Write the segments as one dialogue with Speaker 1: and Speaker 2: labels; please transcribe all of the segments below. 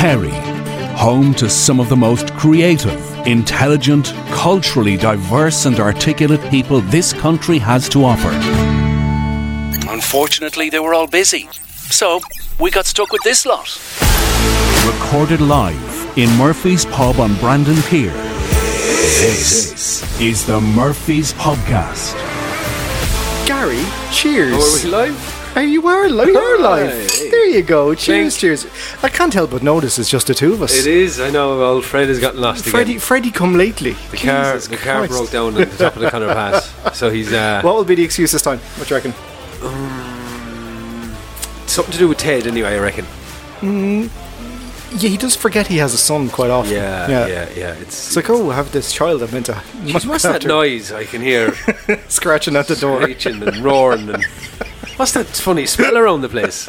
Speaker 1: Mary, home to some of the most creative, intelligent, culturally diverse, and articulate people this country has to offer. Unfortunately, they were all busy, so we got stuck with this lot. Recorded live in Murphy's Pub on Brandon Pier. This is the Murphy's Podcast.
Speaker 2: Gary, cheers.
Speaker 3: Oh, Are we live?
Speaker 2: Are you are live. You are live.
Speaker 3: Hey.
Speaker 2: There you go. Cheers,
Speaker 3: Thanks.
Speaker 2: cheers. I can't help but notice it's just the two of us.
Speaker 3: It is. I know. Well, Fred has gotten lost
Speaker 2: Freddie,
Speaker 3: again.
Speaker 2: Freddie, come lately.
Speaker 3: The car,
Speaker 2: Jesus
Speaker 3: the car
Speaker 2: Christ.
Speaker 3: broke down at the top of the Connor Pass, so he's uh,
Speaker 2: What will be the excuse this time? What do you reckon?
Speaker 3: something to do with Ted anyway. I reckon.
Speaker 2: Yeah, he does forget he has a son quite often.
Speaker 3: Yeah, yeah, yeah. It's
Speaker 2: It's like, oh, I have this child I'm meant to.
Speaker 3: what's that noise I can hear?
Speaker 2: Scratching at the door.
Speaker 3: Screeching and roaring and what's that funny smell around the place?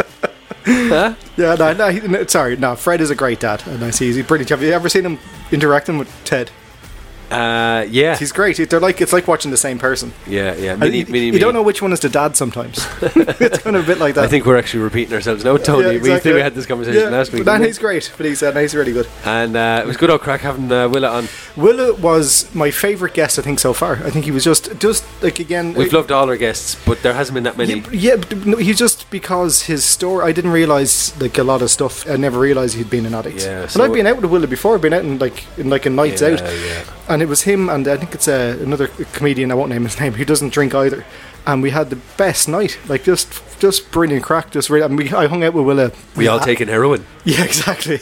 Speaker 3: Huh?
Speaker 2: Yeah, no, no, he, no, sorry, no. Fred is a great dad, and I see he's brilliant. Have you ever seen him interacting with Ted?
Speaker 3: Uh, yeah,
Speaker 2: He's great. They're like it's like watching the same person.
Speaker 3: yeah, yeah. Mini,
Speaker 2: Uh, you,
Speaker 3: mini,
Speaker 2: you
Speaker 3: me.
Speaker 2: don't know which one is the dad sometimes. it's kind of a bit like that.
Speaker 3: I think we're actually repeating ourselves now, Tony.
Speaker 2: Yeah,
Speaker 3: We
Speaker 2: exactly.
Speaker 3: think we had this conversation
Speaker 2: Yeah,
Speaker 3: last week,
Speaker 2: but no,
Speaker 3: didn't we?
Speaker 2: he's great, but he's, uh, no, he's really good.
Speaker 3: and uh, it was good old crack having uh, Willa on.
Speaker 2: Willa was my favourite guest, I think, so far. I think he was just, just like again.
Speaker 3: We've loved all our guests, but there hasn't been that many.
Speaker 2: Yeah, but- yeah but no, he just because his story. I didn't realize like a lot of stuff. I never realized he'd been an addict.
Speaker 3: Yeah,
Speaker 2: and
Speaker 3: so-
Speaker 2: I've been out with Willa before. I've been out in like in like a nights
Speaker 3: Yeah,
Speaker 2: out,
Speaker 3: yeah.
Speaker 2: and it was him and I think it's uh, another comedian. I won't name his name. Who doesn't drink either, and we had the best night. Like just just brilliant crack. Just really, and we, I hung out with Willa.
Speaker 3: we all taking heroin.
Speaker 2: Yeah, exactly.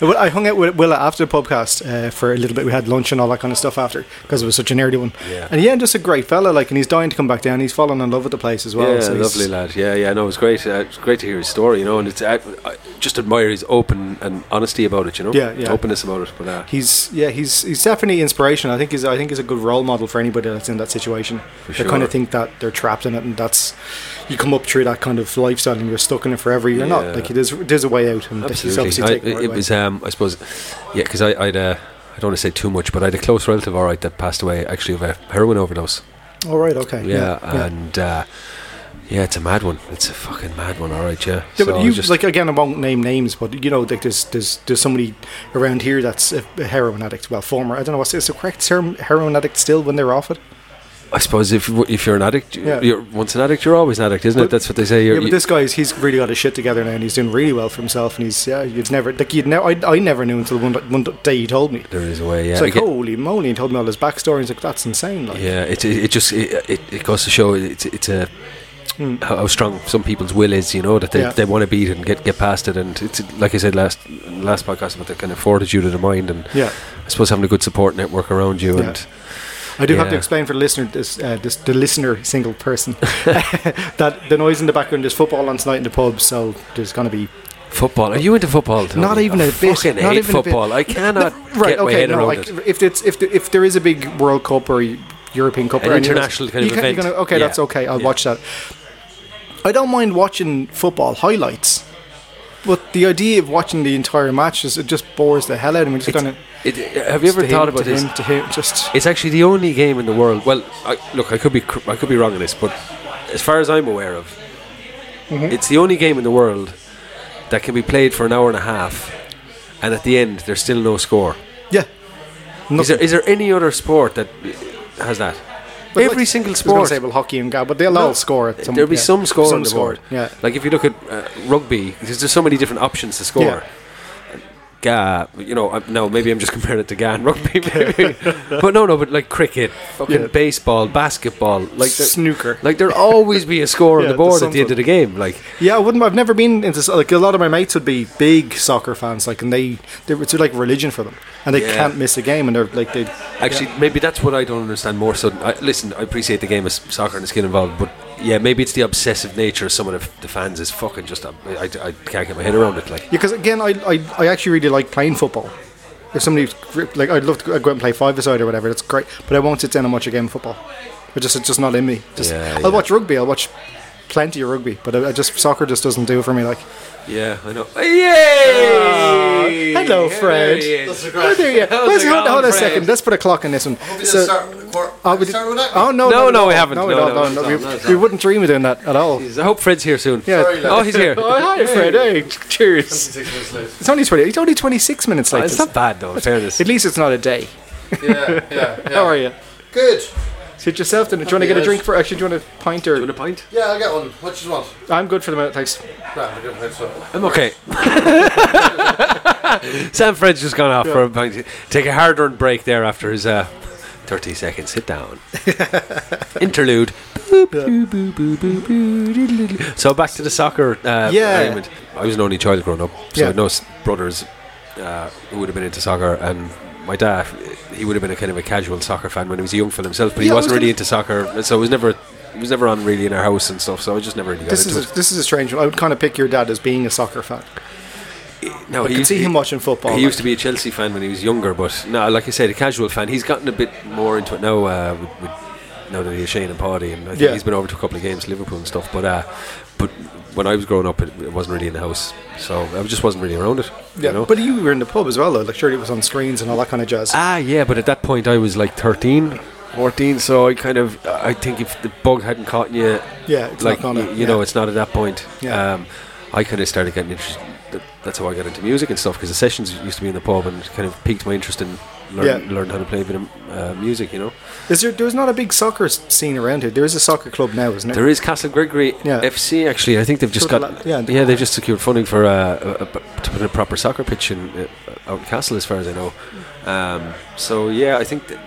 Speaker 2: well, I hung out with Willa after the podcast uh, for a little bit. We had lunch and all that kind of stuff after because it was such an early one.
Speaker 3: Yeah.
Speaker 2: And yeah, just a great fella. Like, and he's dying to come back down. He's fallen in love with the place as well.
Speaker 3: yeah,
Speaker 2: so he's-
Speaker 3: lovely lad. Yeah, yeah. No, it was great. Uh, it's great to hear his story, you know, and it's I, I just admire his open and honesty about it, you know.
Speaker 2: Yeah, yeah.
Speaker 3: Openness about it, but uh,
Speaker 2: He's yeah, he's he's definitely inspirational. I think he's I think he's a good role model for anybody that's in that situation. they
Speaker 3: sure.
Speaker 2: kind of think that they're trapped in it, and that's you come up through that kind of lifestyle and you're stuck in it forever. You're
Speaker 3: Yeah.
Speaker 2: not like there's there's a way out, and he's obviously
Speaker 3: I,
Speaker 2: taking
Speaker 3: it was, um, I suppose, yeah, because I, I'd, uh, I don't want to say too much, but I had a close relative, all right, that passed away actually of a heroin overdose.
Speaker 2: all right, okay,
Speaker 3: Yeah, and uh, yeah, it's a mad one. It's a fucking mad one, all right, yeah.
Speaker 2: Yeah,
Speaker 3: So
Speaker 2: but
Speaker 3: I
Speaker 2: you
Speaker 3: just-
Speaker 2: like again. I won't name names, but you know, like there's there's there's somebody around here that's a, a heroin addict. Well, former. I don't know what's is the correct term. Heroin addict still when they're off it.
Speaker 3: I suppose if you- if you're an addict, you-
Speaker 2: Yeah.
Speaker 3: you're once an addict, you're always an addict, isn't it?
Speaker 2: But-
Speaker 3: That's what they say. You're,
Speaker 2: yeah, but
Speaker 3: you-
Speaker 2: this guy is he's really got his shit together now, and he's doing really well for himself. And he's yeah, you'd never like you'd never. I, I never knew until one, one day he told me.
Speaker 3: there is a way. Yeah,
Speaker 2: It's
Speaker 3: I
Speaker 2: like oh,
Speaker 3: get-
Speaker 2: holy moly, he told me all his backstory. He's like that's insane. Like
Speaker 3: Yeah, it it, it just it, it, it goes to show it's it's a how how strong some people's will is, you know, that they,
Speaker 2: Hmm. Yeah.
Speaker 3: they want to beat it and get, get past it, and it's like I said last last podcast about the kind of fortitude of the mind, and
Speaker 2: Yeah.
Speaker 3: I suppose having a good support network around you,
Speaker 2: Yeah.
Speaker 3: and
Speaker 2: I do have to
Speaker 3: Yeah.
Speaker 2: explain for the listener, this, uh, this the listener, single person, that the noise in the background is football on tonight in the pub. So there's going to be
Speaker 3: football. Are you into football? Tony?
Speaker 2: Not even
Speaker 3: I
Speaker 2: a bit.
Speaker 3: Fucking
Speaker 2: not even a
Speaker 3: hate
Speaker 2: bit.
Speaker 3: football. I cannot
Speaker 2: No, right,
Speaker 3: get
Speaker 2: okay,
Speaker 3: my head
Speaker 2: no,
Speaker 3: around
Speaker 2: like,
Speaker 3: it.
Speaker 2: If it's if the, if there is a big World Cup or European Cup
Speaker 3: An
Speaker 2: or any of those,
Speaker 3: international kind
Speaker 2: you
Speaker 3: of
Speaker 2: can- you're
Speaker 3: event.
Speaker 2: gonna- okay,
Speaker 3: Yeah.
Speaker 2: that's okay. I'll
Speaker 3: Yeah.
Speaker 2: watch that. I don't mind watching football highlights, but the idea of watching the entire match is it just bores the hell out of me. Just kind of.
Speaker 3: It- have you ever thought about
Speaker 2: to
Speaker 3: this?
Speaker 2: Him, to him, just
Speaker 3: It's actually the only game in the world. Well, I, look, I could be cr- I could be wrong on this, but as far as I'm aware of,
Speaker 2: Mm-hmm.
Speaker 3: it's the only game in the world that can be played for an hour and a half, and at the end there's still no score.
Speaker 2: yeah.
Speaker 3: Is there,
Speaker 2: Nothing.
Speaker 3: is there any other sport that has that?
Speaker 2: But
Speaker 3: Every
Speaker 2: like- I
Speaker 3: single
Speaker 2: was gonna
Speaker 3: sport.
Speaker 2: say, well, hockey and God, but they'll all score. At some,
Speaker 3: There'll be
Speaker 2: yeah,
Speaker 3: some score on the
Speaker 2: score,
Speaker 3: board.
Speaker 2: Yeah.
Speaker 3: Like if you look at uh, rugby, there's just so many different options to score.
Speaker 2: Yeah.
Speaker 3: Ga, you know, I'm, no, maybe I'm just comparing it to Ga and rugby, maybe. but no, no, but like cricket, fucking
Speaker 2: Yeah.
Speaker 3: baseball, basketball, like there-
Speaker 2: Snooker.
Speaker 3: Like there'll always be a score
Speaker 2: Yeah,
Speaker 3: on the board
Speaker 2: there's
Speaker 3: at the end
Speaker 2: something.
Speaker 3: of the game. Like
Speaker 2: Yeah, I wouldn't. I've never been into s- like a lot of my mates would be big soccer fans, like, and they they it's like religion for them, and they
Speaker 3: Yeah.
Speaker 2: can't miss a game, and they're like they.
Speaker 3: Actually, maybe that's what I don't understand more. So, I, listen, I appreciate the game of s- soccer and the skill involved, but yeah, maybe it's the obsessive nature of some of the, f- the fans is fucking just. I, I, I can't get my head around it. Like,
Speaker 2: Because again, I, I I actually really like playing football. If somebody like I'd love to go- go out and play five aside or whatever, that's great. But I won't sit down and watch a game of football. It just it's just not in me. Just,
Speaker 3: Yeah,
Speaker 2: I'll
Speaker 3: yeah.
Speaker 2: watch rugby. I'll watch plenty of rugby, but I, I just soccer just doesn't do it for me. Like,
Speaker 3: Yeah, I know. Yay!
Speaker 2: hello,
Speaker 3: There
Speaker 2: Fred.
Speaker 3: he is.
Speaker 2: oh, there you are.
Speaker 3: How's
Speaker 2: Let's
Speaker 3: it
Speaker 2: hold,
Speaker 3: going,
Speaker 2: hold on a
Speaker 3: Fred?
Speaker 2: second. Let's put a clock on this one.
Speaker 4: Hope you
Speaker 2: So-
Speaker 4: didn't start with the quarter.
Speaker 2: oh,
Speaker 4: we
Speaker 2: we did-
Speaker 4: started with that.
Speaker 2: oh, no,
Speaker 3: No, no, we haven't.
Speaker 2: No, we
Speaker 3: No,
Speaker 2: don't, no,
Speaker 3: no,
Speaker 4: no,
Speaker 2: we,
Speaker 4: no, no.
Speaker 2: we wouldn't dream of doing that at all.
Speaker 3: I hope Fred's here soon.
Speaker 2: Yeah.
Speaker 4: Sorry,
Speaker 3: Oh, he's here.
Speaker 2: Oh, hi, Fred. Hey, cheers.
Speaker 4: Six minutes late.
Speaker 2: It's only twenty. It's only twenty-six minutes late.
Speaker 3: Oh, It's not bad though. In fairness.
Speaker 2: At least it's not a day.
Speaker 4: Yeah, yeah, yeah.
Speaker 2: How are you?
Speaker 4: Good.
Speaker 2: Sit yourself down. Do you want to get a
Speaker 4: Yes.
Speaker 2: drink for? Actually, do you want a pint or?
Speaker 3: a pint?
Speaker 4: Yeah, I'll get one. What you want?
Speaker 2: I'm good for the minute. Thanks.
Speaker 4: Nah, we're doing it, so.
Speaker 3: I'm okay. Sam Fred's just gone off for a pint. Take a hard-earned break there after his uh, 30 seconds. Sit down. Interlude. Boop, boo, boo, boo, boo, boo, diddle, diddle. So back to the soccer. Uh,
Speaker 2: Yeah.
Speaker 3: argument. I was an only child growing up, so
Speaker 2: Yeah.
Speaker 3: no s- brothers uh, who would have been into soccer, and my dad, he would have been a kind of a casual soccer fan when he was a young fella himself, but
Speaker 2: Yeah, I
Speaker 3: he
Speaker 2: was
Speaker 3: wasn't
Speaker 2: gonna-
Speaker 3: really into soccer, so it was never. It was never on really in our house and stuff, so I just never really got
Speaker 2: This
Speaker 3: into
Speaker 2: is a, this is a strange one. I would kind of pick your dad as being a soccer fan.
Speaker 3: it. No,
Speaker 2: I could see him watching football.
Speaker 3: He used to be a Chelsea fan when he was younger, but no, like I said, a casual fan. He's gotten a bit more into it now. Uh, with, with, now that he's Shane and Pardy, and I think
Speaker 2: Yeah.
Speaker 3: he's been over to a couple of games, Liverpool and stuff. But uh, but when I was growing up, it, it wasn't really in the house, so I just wasn't really around it.
Speaker 2: Yeah,
Speaker 3: you know?
Speaker 2: but you were in the pub as well, though. Like, surely it was on screens and all that kind of jazz.
Speaker 3: ah, yeah. But at that point, I was like 13, 14, so I kind of I think if the bug hadn't caught you,
Speaker 2: yeah, it's
Speaker 3: like
Speaker 2: not
Speaker 3: y-
Speaker 2: on
Speaker 3: you know, it's not at that point.
Speaker 2: Yeah.
Speaker 3: Um, I kind of started getting interested. th- That's how I got into music and stuff because the sessions used to be in the pub and it kind of piqued my interest in learn,
Speaker 2: Yeah.
Speaker 3: learned how to play a bit of uh, music. You know,
Speaker 2: Is there? There's not a big soccer s- scene around here. There is a soccer club now, isn't there?
Speaker 3: there is Castle Gregory
Speaker 2: Yeah.
Speaker 3: FC. Actually, I think they've just
Speaker 2: Sure,
Speaker 3: got
Speaker 2: yeah.
Speaker 3: yeah, they've just secured funding for uh, a, a, to put in a proper soccer pitch in uh, out in Castle, as far as I know. Um, so yeah, I think. Th-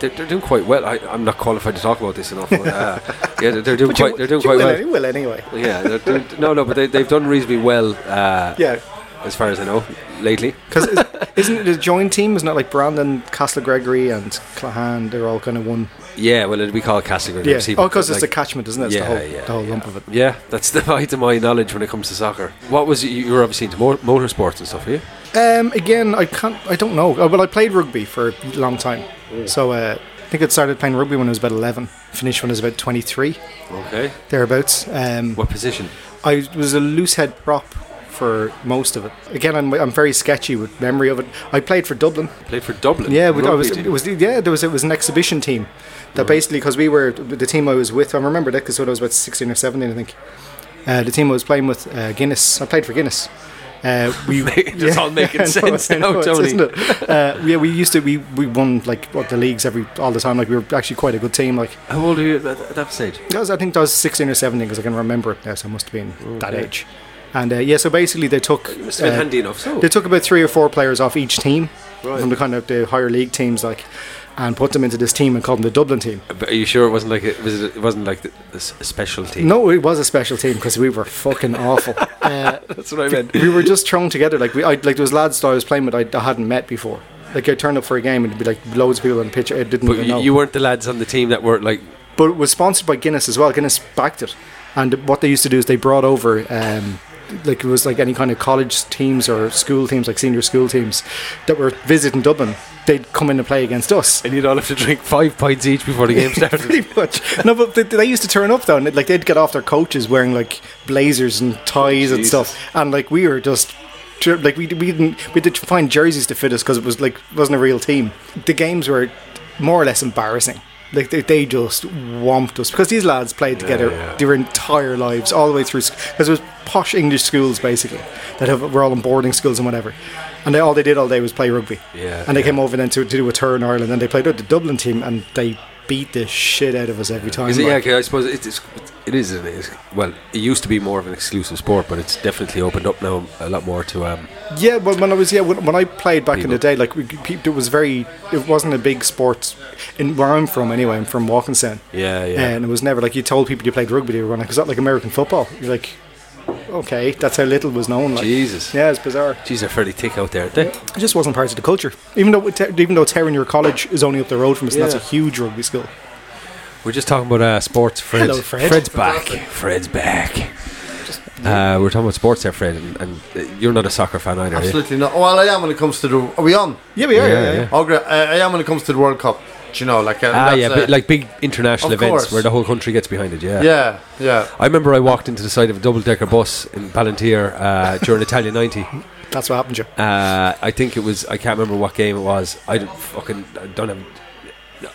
Speaker 3: they're, they're doing quite well. I, I'm not qualified to talk about this enough. But, uh, yeah, they're, they're doing
Speaker 2: But you-
Speaker 3: quite. They're doing
Speaker 2: you
Speaker 3: quite
Speaker 2: will,
Speaker 3: well.
Speaker 2: any- will anyway.
Speaker 3: Yeah, they're, doing no, no, but they, they've done reasonably well. Uh,
Speaker 2: Yeah,
Speaker 3: as far as I know, lately.
Speaker 2: because isn't it a joint team? Isn't it like Brandon, Castle Gregory, and Clahan? They're all kind of one.
Speaker 3: Yeah, well, it'd be called Castlegar.
Speaker 2: Yeah. Oh, because it's the catchment, isn't it? It's
Speaker 3: yeah,
Speaker 2: the whole,
Speaker 3: yeah,
Speaker 2: the whole lump of it.
Speaker 3: yeah, that's the height of my knowledge when it comes to soccer. What was you, you were obviously into mo- motorsports and stuff, are you?
Speaker 2: Um, again, I can't. I don't know. Uh, Well, I played rugby for a long time, so uh, I think I started playing rugby when I was about eleven. Finished when I was about twenty-three,
Speaker 3: Okay.
Speaker 2: thereabouts. Um,
Speaker 3: What position?
Speaker 2: I was a loose head prop for most of it. Again, I'm, I'm very sketchy with memory of it. I played for Dublin.
Speaker 3: Played for Dublin.
Speaker 2: Yeah, we, I
Speaker 3: Rugby
Speaker 2: was,
Speaker 3: team.
Speaker 2: it was yeah, there was it was an exhibition team that basically because we were the team I was with. I remember that because I was about sixteen or seventeen, I think. Uh, the team I was playing with, uh, Guinness. I played for Guinness. Uh, we
Speaker 3: It's all making
Speaker 2: I know,
Speaker 3: sense
Speaker 2: I know,
Speaker 3: now,
Speaker 2: it's-
Speaker 3: Tony.
Speaker 2: Isn't it? Uh, yeah, we used to we, we won like what, the leagues every all the time. Like we were actually quite a good team. Like
Speaker 3: How old are you at that, at that stage?
Speaker 2: I, was, I think I was sixteen or seventeen because I can remember it now. So I must have been that age. And uh, yeah, so basically they took
Speaker 3: It's been
Speaker 2: uh,
Speaker 3: handy enough. So.
Speaker 2: they took about three or four players off each team from the kind of the higher league teams, like, and put them into this team and called them the Dublin team.
Speaker 3: But are you sure it wasn't like a, was it, it wasn't like the, a s- a special team?
Speaker 2: No, it was a special team because we were fucking awful. Uh,
Speaker 3: that's what I meant.
Speaker 2: we were just thrown together. Like we, I, like there was lads that I was playing with I, I hadn't met before. Like I turned up for a game and it'd be like loads of people on the pitch I didn't
Speaker 3: But
Speaker 2: even
Speaker 3: you,
Speaker 2: know.
Speaker 3: you weren't the lads on the team that were like
Speaker 2: but it was sponsored by Guinness as well. Guinness backed it, and what they used to do is they brought over. Um, like it was like any kind of college teams or school teams, like senior school teams, that were visiting Dublin, they'd come in and play against us.
Speaker 3: and you'd all have to drink five pints each before the game started.
Speaker 2: pretty much. No, but they, they used to turn up though, and like they'd get off their coaches wearing like blazers and ties and stuff, and like we were just. jer- Like we, we didn't we did find jerseys to fit us because it was like wasn't a real team. The games were more or less embarrassing. Like they, they just whomped us because these lads played together
Speaker 3: yeah.
Speaker 2: their entire lives all the way through because it was posh English schools basically that have, were all in boarding schools and whatever, and they, all they did all day was play rugby.
Speaker 3: Yeah,
Speaker 2: and they
Speaker 3: yeah.
Speaker 2: came over then to, to do a tour in Ireland, and they played with the Dublin team, and they beat the shit out of us every time.
Speaker 3: Is it, yeah,
Speaker 2: like.
Speaker 3: okay, I suppose it is. It is. It is. Well, it used to be more of an exclusive sport, but it's definitely opened up now a lot more to. Um,
Speaker 2: Yeah, but when I was yeah when, when I played back in the
Speaker 3: People.
Speaker 2: day, like we, pe- it was very it wasn't a big sport in where I'm from anyway. I'm from Walkinstown,
Speaker 3: yeah, yeah.
Speaker 2: and it was never like you told people you played rugby. They were going like, "Is that like American football?" You're like, "Okay, that's how little was known." Like,
Speaker 3: Jesus.
Speaker 2: yeah, it's bizarre.
Speaker 3: Jeez, they're fairly thick out there, aren't they?
Speaker 2: It just wasn't part of the culture, even though Ter- even though Terranure College is only up the road from us, and that's a
Speaker 3: Yeah.
Speaker 2: huge rugby school.
Speaker 3: We're just talking about uh, sports. Fred.
Speaker 2: Hello, Fred.
Speaker 3: Fred's back. Fred's back. Uh, we're talking about sports there, Fred, and, and uh, you're not a soccer fan either. are you?
Speaker 4: Absolutely not. Well, I am when it comes to the. Are we on? uh,
Speaker 2: Yeah, we are.
Speaker 3: Yeah,
Speaker 2: Yeah, yeah.
Speaker 3: yeah.
Speaker 4: Oh, great. I I am when it comes to the World Cup. you know, like uh,
Speaker 3: Ah,
Speaker 4: that's
Speaker 3: yeah,
Speaker 4: it.
Speaker 3: but like big international
Speaker 4: Of
Speaker 3: events
Speaker 4: course.
Speaker 3: where the whole country gets behind it. Yeah.
Speaker 4: yeah, yeah.
Speaker 3: I remember I walked into the side of a double decker bus in Palantir uh, during Italia 90.
Speaker 2: That's what happened to you.
Speaker 3: Uh, I think it was, I can't remember what game it was. I didn't fucking, I don't have,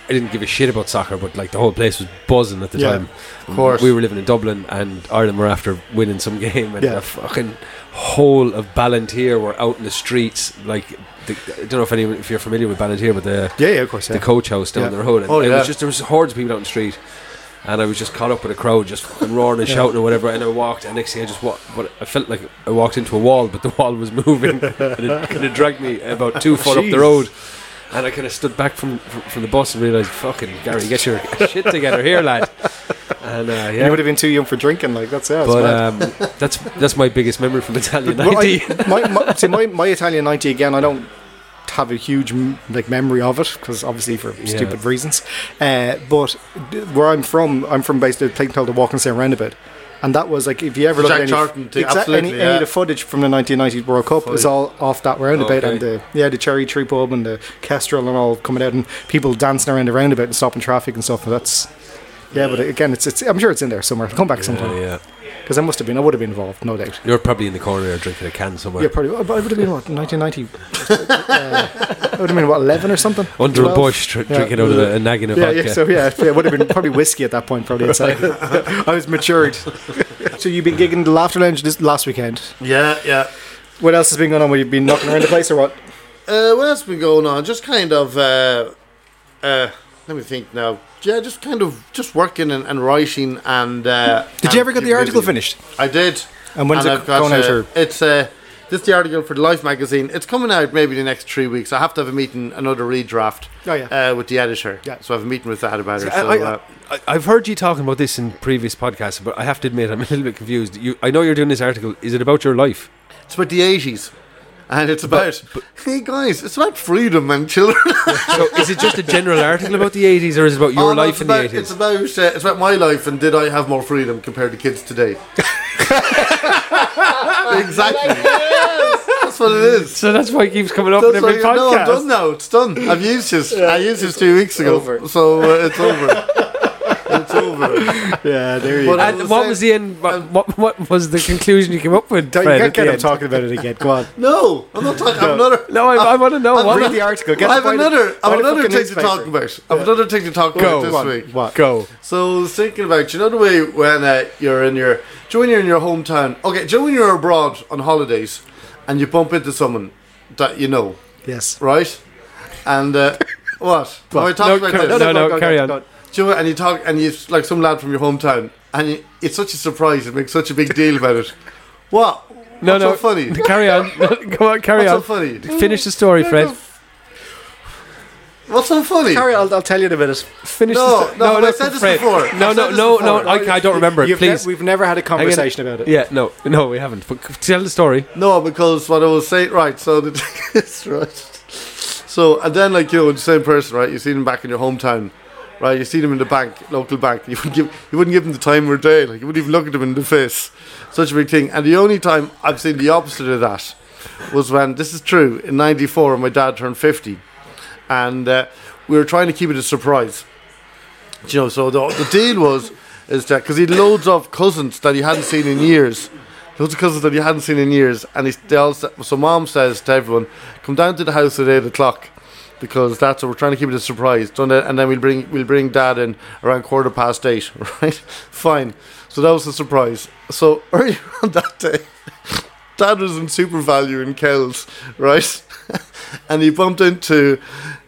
Speaker 3: I didn't give a shit about soccer, but like the whole place was buzzing at the
Speaker 2: Yeah,
Speaker 3: time.
Speaker 4: of course.
Speaker 3: We were living in Dublin and Ireland were after winning some game and
Speaker 2: Yeah.
Speaker 3: the fucking whole of Ballantyre were out in the streets. Like, the, I don't know if anyone, if you're familiar with Ballantyre, but the,
Speaker 2: Yeah, yeah, of course. Yeah.
Speaker 3: the coach house down
Speaker 2: Yeah.
Speaker 3: the road. And
Speaker 4: Oh,
Speaker 3: it
Speaker 4: yeah.
Speaker 3: was just there was hordes of people out in the street, and I was just caught up with a crowd just fucking roaring and shouting and whatever. And I walked, and next thing I just wa- what I felt like I walked into a wall, but the wall was moving, and it, and it dragged me about two foot up the
Speaker 2: Jesus.
Speaker 3: road. And I kind of stood back from, from from the bus and realized, fucking Gary, get your shit together here, lad. And uh,
Speaker 2: You would
Speaker 3: yeah.
Speaker 2: have been too young for drinking, like that's yeah, that's
Speaker 3: But
Speaker 2: mad.
Speaker 3: um, that's that's my biggest memory from Italian
Speaker 2: Well, I-
Speaker 3: 90.
Speaker 2: my, my, see, my, my Italian 90 again, I don't have a huge m- like memory of it because obviously for stupid reasons. Uh, but d- where I'm from, I'm from based at a place called the Walking St. Roundabout. And that was like, if you ever
Speaker 4: The
Speaker 2: look at any,
Speaker 4: Jack Charlton thing,
Speaker 2: exact- any,
Speaker 4: absolutely,
Speaker 2: any
Speaker 4: yeah.
Speaker 2: of the footage from the 1990 World Cup is all off that roundabout
Speaker 3: Okay.
Speaker 2: and the yeah the cherry tree pub and the kestrel and all coming out and people dancing around the roundabout and stopping traffic and stuff. And that's yeah, but again, it's it's I'm sure it's in there somewhere. Come back
Speaker 3: Uh,
Speaker 2: sometime
Speaker 3: yeah,
Speaker 2: because I must have been, I would have been involved, no doubt.
Speaker 3: you're probably in the corner there drinking a can somewhere
Speaker 2: Yeah, probably. oh, But it would have been what 1990. uh, it would have been what 11 or something.
Speaker 3: under
Speaker 2: 12?
Speaker 3: a bush, tr-
Speaker 2: Yeah.
Speaker 3: drinking out of a, a nagging of
Speaker 2: Yeah,
Speaker 3: vodka.
Speaker 2: yeah, so yeah, yeah, it would have been probably whiskey at that point. Probably, I'd say. I was matured. so you've been gigging the Laughter Lounge this last weekend.
Speaker 4: Yeah, yeah.
Speaker 2: What else has been going on? Where you've been knocking around the place or what?
Speaker 4: Uh, what else been going on? Just kind of, uh, uh, let me think now. Yeah, just kind of just working and, and writing and. Uh,
Speaker 2: Did you
Speaker 4: and
Speaker 2: ever get the article
Speaker 4: reading.
Speaker 2: finished?
Speaker 4: I did.
Speaker 2: And when's it
Speaker 4: I've got,
Speaker 2: going out,
Speaker 4: uh,
Speaker 2: or-
Speaker 4: It's uh, this is the article for the Life magazine. It's coming out maybe the next three weeks. I have to have a meeting, another redraft.
Speaker 2: Oh, yeah.
Speaker 4: Uh, with the editor.
Speaker 2: Yeah.
Speaker 4: So I have a meeting with that about it. So,
Speaker 3: I,
Speaker 4: uh,
Speaker 3: I, I- I've heard you talking about this in previous podcasts, but I have to admit I'm a little bit confused. You, I know you're doing this article. Is it about your life?
Speaker 4: it's about the eighties. And it's about hey guys, it's about freedom and children.
Speaker 3: So is it just a general article about the 80s, or is it about your
Speaker 4: Oh, no,
Speaker 3: life
Speaker 4: it's
Speaker 3: in
Speaker 4: about,
Speaker 3: the 80s?
Speaker 4: It's about uh, it's about my life and did I have more freedom compared to kids today? exactly. That's what it is.
Speaker 3: so that's why it keeps coming up
Speaker 4: That's
Speaker 3: in every
Speaker 4: what- No, I'm
Speaker 3: podcast.
Speaker 4: done now. It's done. I've used this. I used this two weeks ago.
Speaker 2: over.
Speaker 4: So uh, it's over. it's over.
Speaker 2: Yeah, there you
Speaker 4: But
Speaker 2: go.
Speaker 4: I-
Speaker 3: and what was the end? What,
Speaker 4: Um,
Speaker 3: what, what was the conclusion you came up with?
Speaker 2: Don't, you
Speaker 3: Fred,
Speaker 2: can't
Speaker 3: at the
Speaker 2: get him
Speaker 3: end?
Speaker 2: talking about it again. Go on.
Speaker 4: No, I'm not talking. I'm another.
Speaker 3: No, I, I want to know.
Speaker 2: Read
Speaker 3: What,
Speaker 2: the article. Get
Speaker 4: I have
Speaker 2: the-
Speaker 4: another. I
Speaker 2: buy the
Speaker 4: have another
Speaker 2: fucking
Speaker 4: thing to talk
Speaker 2: newspaper.
Speaker 4: about. I have another thing to talk
Speaker 3: Go.
Speaker 4: about
Speaker 3: Go
Speaker 4: this
Speaker 3: on.
Speaker 4: week.
Speaker 2: What?
Speaker 3: go.
Speaker 4: So I was thinking about you know the way when uh, you're in your do you know when you're in your hometown. Okay, do you know when you're abroad on holidays and you bump into someone that you know,
Speaker 2: Yes.
Speaker 4: right? And uh, what? Have I talked
Speaker 3: No,
Speaker 4: about
Speaker 3: Car-
Speaker 4: this?
Speaker 3: no, no, carry on.
Speaker 4: Do you know, and you talk and you like some lad from your hometown and you, it's such a surprise. It makes such a big deal about it. What?
Speaker 3: No,
Speaker 4: What's
Speaker 3: no.
Speaker 4: so funny? What's
Speaker 3: Carry on. Come on, carry
Speaker 4: so
Speaker 3: on.
Speaker 4: funny?
Speaker 3: Finish the story, Fred.
Speaker 4: What's so funny?
Speaker 2: Carry. on, I'll, I'll tell you in a minute.
Speaker 3: Finish
Speaker 4: No,
Speaker 3: the story.
Speaker 4: no, but I said this
Speaker 3: Fred. No,
Speaker 4: before. I've
Speaker 3: no,
Speaker 4: said this
Speaker 3: no,
Speaker 4: before.
Speaker 3: no. I, I don't remember it.
Speaker 2: You've ne-
Speaker 3: Please.
Speaker 2: we've never had a conversation about it.
Speaker 3: Yeah, no, no, we haven't. But c- tell the story.
Speaker 4: No, because what I was saying, right? So the thing is, right. So and then like you know, the same person, right? You see them back in your hometown, right? You see them in the bank, local bank. You wouldn't give, you wouldn't give them the time or day. Like you wouldn't even look at them in the face. Such a big thing. And the only time I've seen the opposite of that was when this is true in '94 when my dad turned 50, and uh, we were trying to keep it a surprise. Do You know, so the, the deal was is that because he had loads of cousins that he hadn't seen in years, loads of cousins that he hadn't seen in years, and he they all sa- so mom says to everyone, come down to the house at eight o'clock. Because that's what we're trying to keep it a surprise, don't it? and then we'll bring we'll bring dad in around quarter past eight, right? Fine. So that was the surprise. So earlier on that day, dad was in super value in Kells, right? and he bumped into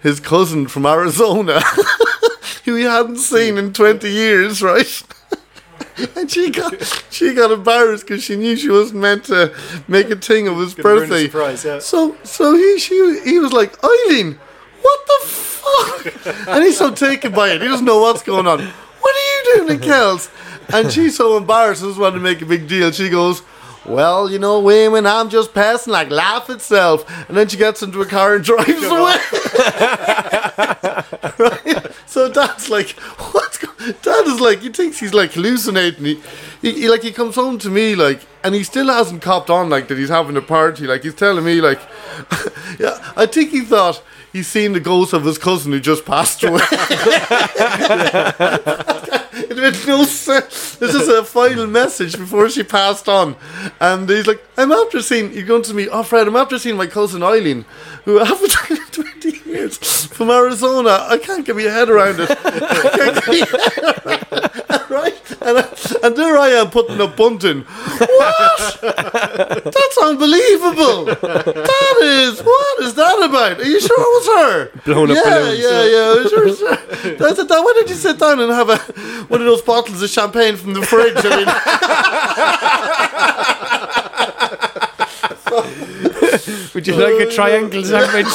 Speaker 4: his cousin from Arizona, who he hadn't seen in 20 years, right? And she got she got embarrassed because she knew she wasn't meant to make a thing of
Speaker 2: ruin
Speaker 4: his
Speaker 2: the
Speaker 4: birthday.
Speaker 2: surprise, yeah.
Speaker 4: So so he she he was like Eileen, what the fuck? and he's so taken by it. He doesn't know what's going on. What are you doing in Kells? And she's so embarrassed. Doesn't want to make a big deal. She goes, well, you know, women, I'm just passing like life itself. And then she gets into a car and drives away. right? So that's like, what's going? Dad is like he thinks he's like hallucinating. He, he, he like he comes home to me like, and he still hasn't copped on like that he's having a party. Like he's telling me like, yeah, I think he thought he's seen the ghost of his cousin who just passed away. it made no sense. This is a final message before she passed on, and he's like, I'm after seeing you going to me. Oh, Fred, I'm after seeing my cousin Eileen, who I haven't seen in twenty years from Arizona. I can't get my head around it. I can't get my head around it. right? And, I, and there I am putting a bunt in. What? That's unbelievable. That is what is that about? Are you sure it was her?
Speaker 3: Blown up
Speaker 4: yeah,
Speaker 3: balloons.
Speaker 4: Yeah, yeah, yeah. Sure, sure. That's it. Now, Why don't you sit down and have a one of those bottles of champagne from the fridge? I mean.
Speaker 5: Would you like a triangle sandwich?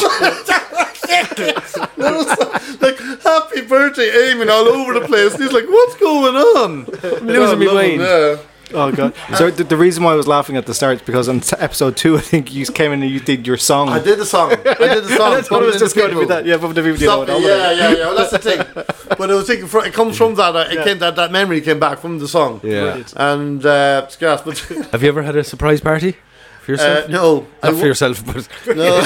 Speaker 4: That was like happy birthday aiming all over the place. And he's like, what's going on? I'm
Speaker 3: losing my mind.
Speaker 4: Yeah.
Speaker 2: Oh god! So the, the reason why I was laughing at the start is because on t- episode two, I think you came in and you did your song. Oh,
Speaker 4: I did the song. I did the song.
Speaker 2: I thought it was just going to be that. Yeah, but the people you know
Speaker 4: Stop
Speaker 2: it
Speaker 4: it.
Speaker 2: all
Speaker 4: Yeah, yeah, yeah. Well, that's the thing. But I was thinking, fro- it comes from that. uh, It came that that memory came back from the song.
Speaker 3: Yeah.
Speaker 4: And uh, it's gas, but
Speaker 3: Have you ever had a surprise party for
Speaker 4: uh,
Speaker 3: yourself?
Speaker 4: no, I
Speaker 3: Not for
Speaker 4: w-
Speaker 3: yourself, but
Speaker 4: no.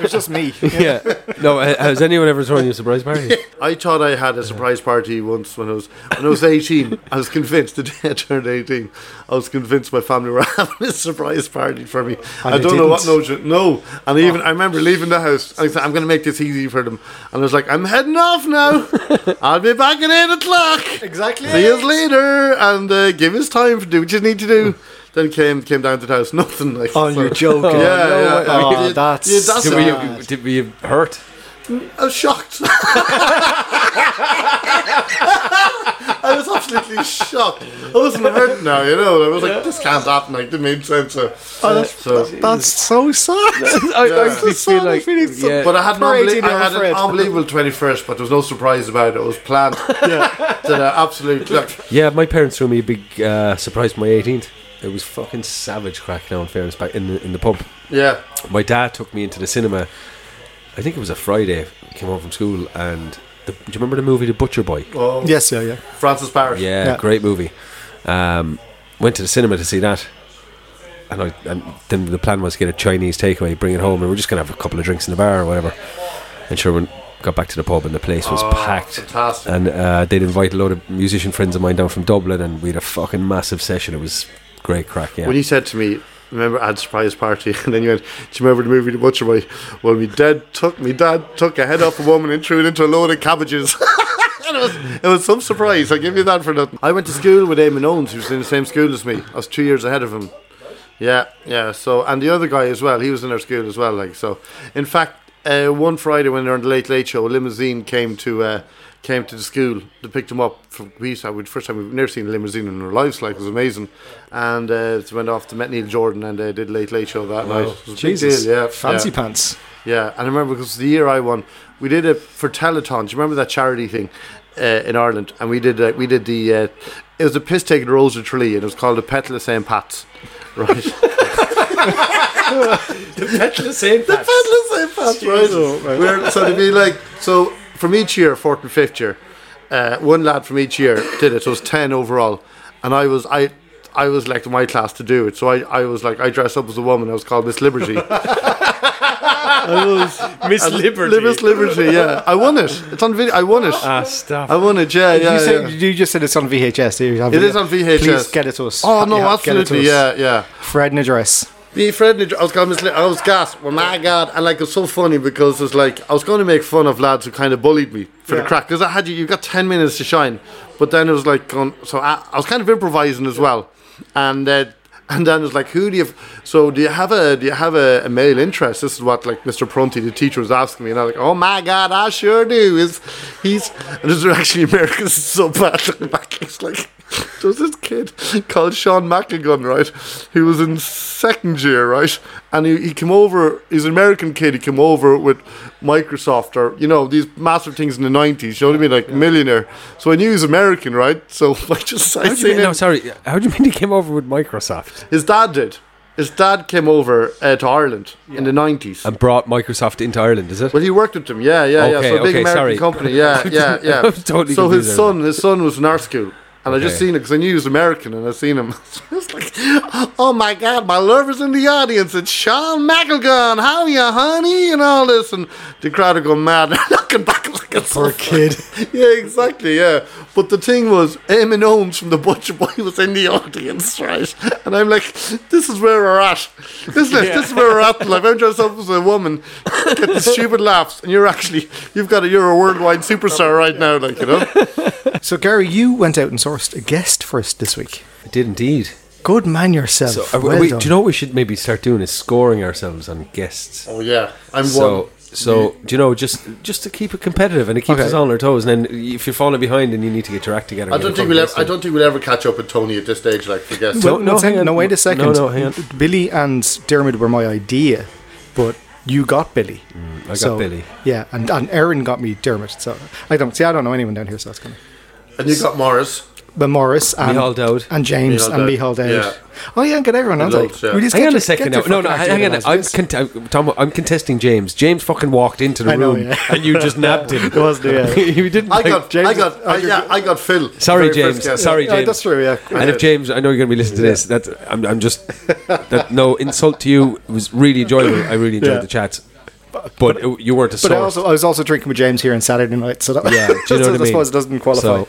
Speaker 2: It was just me.
Speaker 3: yeah. No, ha- has anyone ever thrown you a surprise party?
Speaker 4: I thought I had a surprise party once when I was when I was eighteen. I was convinced the day I turned eighteen, I was convinced my family were having a surprise party for me. I
Speaker 2: they
Speaker 4: don't know what
Speaker 2: didn't.
Speaker 4: notion. No, and I even I remember leaving the house. I said, "I'm going to make this easy for them," and I was like, "I'm heading off now. I'll be back at eight o'clock."
Speaker 2: Exactly.
Speaker 4: See you later, and uh, give us time to do what you need to do. then came came down to the house, nothing like.
Speaker 2: Hmm. Oh, you're joking.
Speaker 4: Yeah, yeah.
Speaker 2: Oh,
Speaker 4: Yeah,
Speaker 2: that's
Speaker 4: yeah, that's
Speaker 3: Did
Speaker 4: it.
Speaker 3: we,
Speaker 2: sad.
Speaker 3: did we hurt?
Speaker 4: I was shocked. I was absolutely shocked. I wasn't hurt now, you know. I was like, this can't happen. Like, didn't make sense. So, so-
Speaker 2: Oh, That's so sad.
Speaker 3: I actually
Speaker 2: That's so
Speaker 3: feel
Speaker 2: sad.
Speaker 3: like.
Speaker 2: I feel so-
Speaker 3: Yeah.
Speaker 4: but I had, an,
Speaker 2: Poor
Speaker 4: unbelie-
Speaker 2: 18-year-old
Speaker 4: I had an
Speaker 2: Fred.
Speaker 4: unbelievable 21st, but there was no surprise about it. It was planned. Yeah. to the absolute. Like,
Speaker 3: Yeah, my parents threw me a big uh, surprise for my 18th. It was fucking savage crack now, in fairness, back in the, in the pub.
Speaker 4: yeah.
Speaker 3: My dad took me into the cinema. I think it was a Friday. I came home from school, and the, do you remember the movie The Butcher Boy?
Speaker 4: Oh,
Speaker 2: yes, yeah, yeah.
Speaker 4: Francis Parrish.
Speaker 3: Yeah,
Speaker 2: Yeah.
Speaker 3: great movie. Um, went to the cinema to see that. And, I, and then the plan was to get a Chinese takeaway, bring it home, and we are just going to have a couple of drinks in the bar or whatever. And sure, when got back to the pub, and the place was packed.
Speaker 4: Oh, Fantastic.
Speaker 3: And uh, they'd invite a load of musician friends of mine down from Dublin, and we had a fucking massive session. It was great crack, yeah.
Speaker 4: When you said to me, remember I had a surprise party, and then you went, do you remember the movie The Butcher Boy? Well, me dad took me dad took a head off a woman and threw it into a load of cabbages. And it was, it was some surprise. I give you that for nothing. I went to school with Eamon Owens, who was in the same school as me. I was two years ahead of him. Yeah, yeah. So, and the other guy as well. He was in our school as well. Like so. In fact, uh, one Friday when they were on the Late Late Show, a limousine came to uh, came to the school to pick them up. From we used to have- we'd- first time we've never seen a limousine in our lives. Like it was amazing. And uh, they went off to met Neil Jordan and uh, did Late Late Show that night. It was a big
Speaker 2: Jesus.
Speaker 4: deal, Oh, yeah,
Speaker 2: Fancy
Speaker 4: yeah.
Speaker 2: pants.
Speaker 4: Yeah, and I remember because the year I won, we did it for Telethon. Do you remember that charity thing uh, in Ireland? And we did uh, we did the uh, it was a piss taking Rose of Tralee, and it was called the Petal of St Pat's, right? the Petal of St Pat's, right? We're, so to be like so from each year, fourth and fifth year, uh, one lad from each year did it. So it was ten overall, and I was I. I was like in my class to do it, so I, I was like I dressed up as a woman. I was called Miss Liberty.
Speaker 5: Miss Liberty.
Speaker 4: Miss Liberty, yeah. I won it. It's on video. I won it.
Speaker 5: Ah, stop.
Speaker 4: I won it, yeah, yeah.
Speaker 2: you, said,
Speaker 4: yeah.
Speaker 2: you just said it's on VHS. Here you have
Speaker 4: It is on VHS.
Speaker 2: Please get it to us.
Speaker 4: Oh, no,
Speaker 2: Yeah, get it to
Speaker 4: absolutely,
Speaker 2: us.
Speaker 4: yeah, yeah.
Speaker 2: Fred and address.
Speaker 4: The Fred, and the- I was going to I was gassed. Well, my God. And like, it's so funny because it's like, I was going to make fun of lads who kind of bullied me for the crack because I had you, you got 10 minutes to shine. But then it was like, going, so I, I was kind of improvising as well. And uh, and then it was like, who do you, have, so do you have a, do you have a, a male interest? This is what like Mr. Prunty, the teacher was asking me. And I was like, oh my God, I sure do. Is he's, and this is actually America this is so bad looking back. It's like, there was this kid called Sean McElgun, right? He was in second year, right? And he, he came over, he's an American kid, he came over with Microsoft or, you know, these massive things in the 90s, you know what I mean? Like millionaire. So I knew he was American, right? So I just, I
Speaker 3: How do you
Speaker 4: seen
Speaker 3: mean, no,
Speaker 4: him.
Speaker 3: sorry. How do you mean he came over with Microsoft?
Speaker 4: His dad did. His dad came over uh, to Ireland in the nineties.
Speaker 3: And brought Microsoft into Ireland, is it?
Speaker 4: Well, he worked with them. Yeah, yeah, yeah.
Speaker 3: Okay,
Speaker 4: So a big
Speaker 3: okay,
Speaker 4: American
Speaker 3: sorry.
Speaker 4: company. Yeah, yeah, yeah.
Speaker 3: I'm totally
Speaker 4: so his
Speaker 3: confused
Speaker 4: son, his son was in our school. And I just
Speaker 3: Okay.
Speaker 4: seen it because I knew he was American, and I seen him. I was like, "Oh my God, my lover's in the audience! It's Sean McElgun. How ya, honey?" And all this, and the crowd are going mad, looking back like a
Speaker 2: Poor kid.
Speaker 4: yeah, exactly. Yeah, but the thing was, Eamon Owens from the Butcher Boy was in the audience, right? And I'm like, this is where we're at. This is this is where we're at. Like, I'm dressed up as a woman, getting stupid laughs, and you're actually you've got a you're a worldwide superstar right now, like you know.
Speaker 2: So, Gary, you went out and sourced a guest first this week.
Speaker 3: I did indeed.
Speaker 2: Good man yourself.
Speaker 3: So, are we-
Speaker 2: well
Speaker 3: we-
Speaker 2: done.
Speaker 3: do you know what we should maybe start doing is scoring ourselves on guests.
Speaker 4: Oh yeah, I'm
Speaker 3: So,
Speaker 4: one.
Speaker 3: so do you know just just to keep it competitive and it keeps
Speaker 2: Okay.
Speaker 3: us all on our toes. And then if you're falling behind, then you need to get your act together.
Speaker 4: I
Speaker 3: and
Speaker 4: don't
Speaker 3: get a
Speaker 4: think we'll ever,
Speaker 3: fucking
Speaker 4: I don't think we'll ever catch up with Tony at this stage. Like, I guess.
Speaker 2: Well,
Speaker 3: No,
Speaker 2: no,
Speaker 3: no,
Speaker 2: hang
Speaker 3: hang
Speaker 2: on,
Speaker 3: on.
Speaker 2: no, wait a
Speaker 3: No,
Speaker 2: second.
Speaker 3: no, hang on.
Speaker 2: Billy and Dermot were my idea, but you got Billy. I
Speaker 3: Mm, got Billy.
Speaker 2: Yeah, and, and Aaron got me Dermot. So I don't see. I don't know anyone down here, so that's kind of.
Speaker 4: and you got Morris.
Speaker 2: But Morris and
Speaker 3: Mihal Dowd.
Speaker 2: and James
Speaker 4: Mihal
Speaker 2: and
Speaker 4: Dowd,
Speaker 2: Mihal Dowd.
Speaker 4: yeah.
Speaker 2: Oh yeah, get everyone. aren't
Speaker 4: Loads,
Speaker 2: I?
Speaker 4: yeah.
Speaker 2: We just
Speaker 3: Hang
Speaker 2: get
Speaker 3: on
Speaker 2: your-
Speaker 3: a second
Speaker 2: get
Speaker 3: now.
Speaker 2: your
Speaker 3: No, no,
Speaker 2: fucking act
Speaker 3: hang on.
Speaker 2: together,
Speaker 3: I'm,
Speaker 2: lads.
Speaker 3: cont- I'm, Tom, I'm contesting James. James fucking walked into the
Speaker 2: I know,
Speaker 3: room
Speaker 2: yeah.
Speaker 3: and you just nabbed him.
Speaker 2: It was, yeah.
Speaker 3: you didn't.
Speaker 4: I
Speaker 3: like-
Speaker 4: got, I
Speaker 2: James-
Speaker 4: got, I, yeah, I got Phil.
Speaker 3: Sorry,
Speaker 4: Very first
Speaker 3: James.
Speaker 4: guest.
Speaker 3: Sorry,
Speaker 2: Yeah,
Speaker 3: James.
Speaker 2: Oh, that's true, yeah.
Speaker 3: And if James, I know you're going to be listening to this. That's I'm, I'm just that no insult to you. It was really enjoyable. I really enjoyed
Speaker 2: Yeah.
Speaker 3: the chat, but it, you weren't a
Speaker 2: But I
Speaker 3: source.
Speaker 2: also I was also drinking with James here on Saturday night, so that
Speaker 3: yeah, do you know
Speaker 2: that's-
Speaker 3: what I
Speaker 2: I
Speaker 3: mean?
Speaker 2: suppose it doesn't qualify.
Speaker 3: So,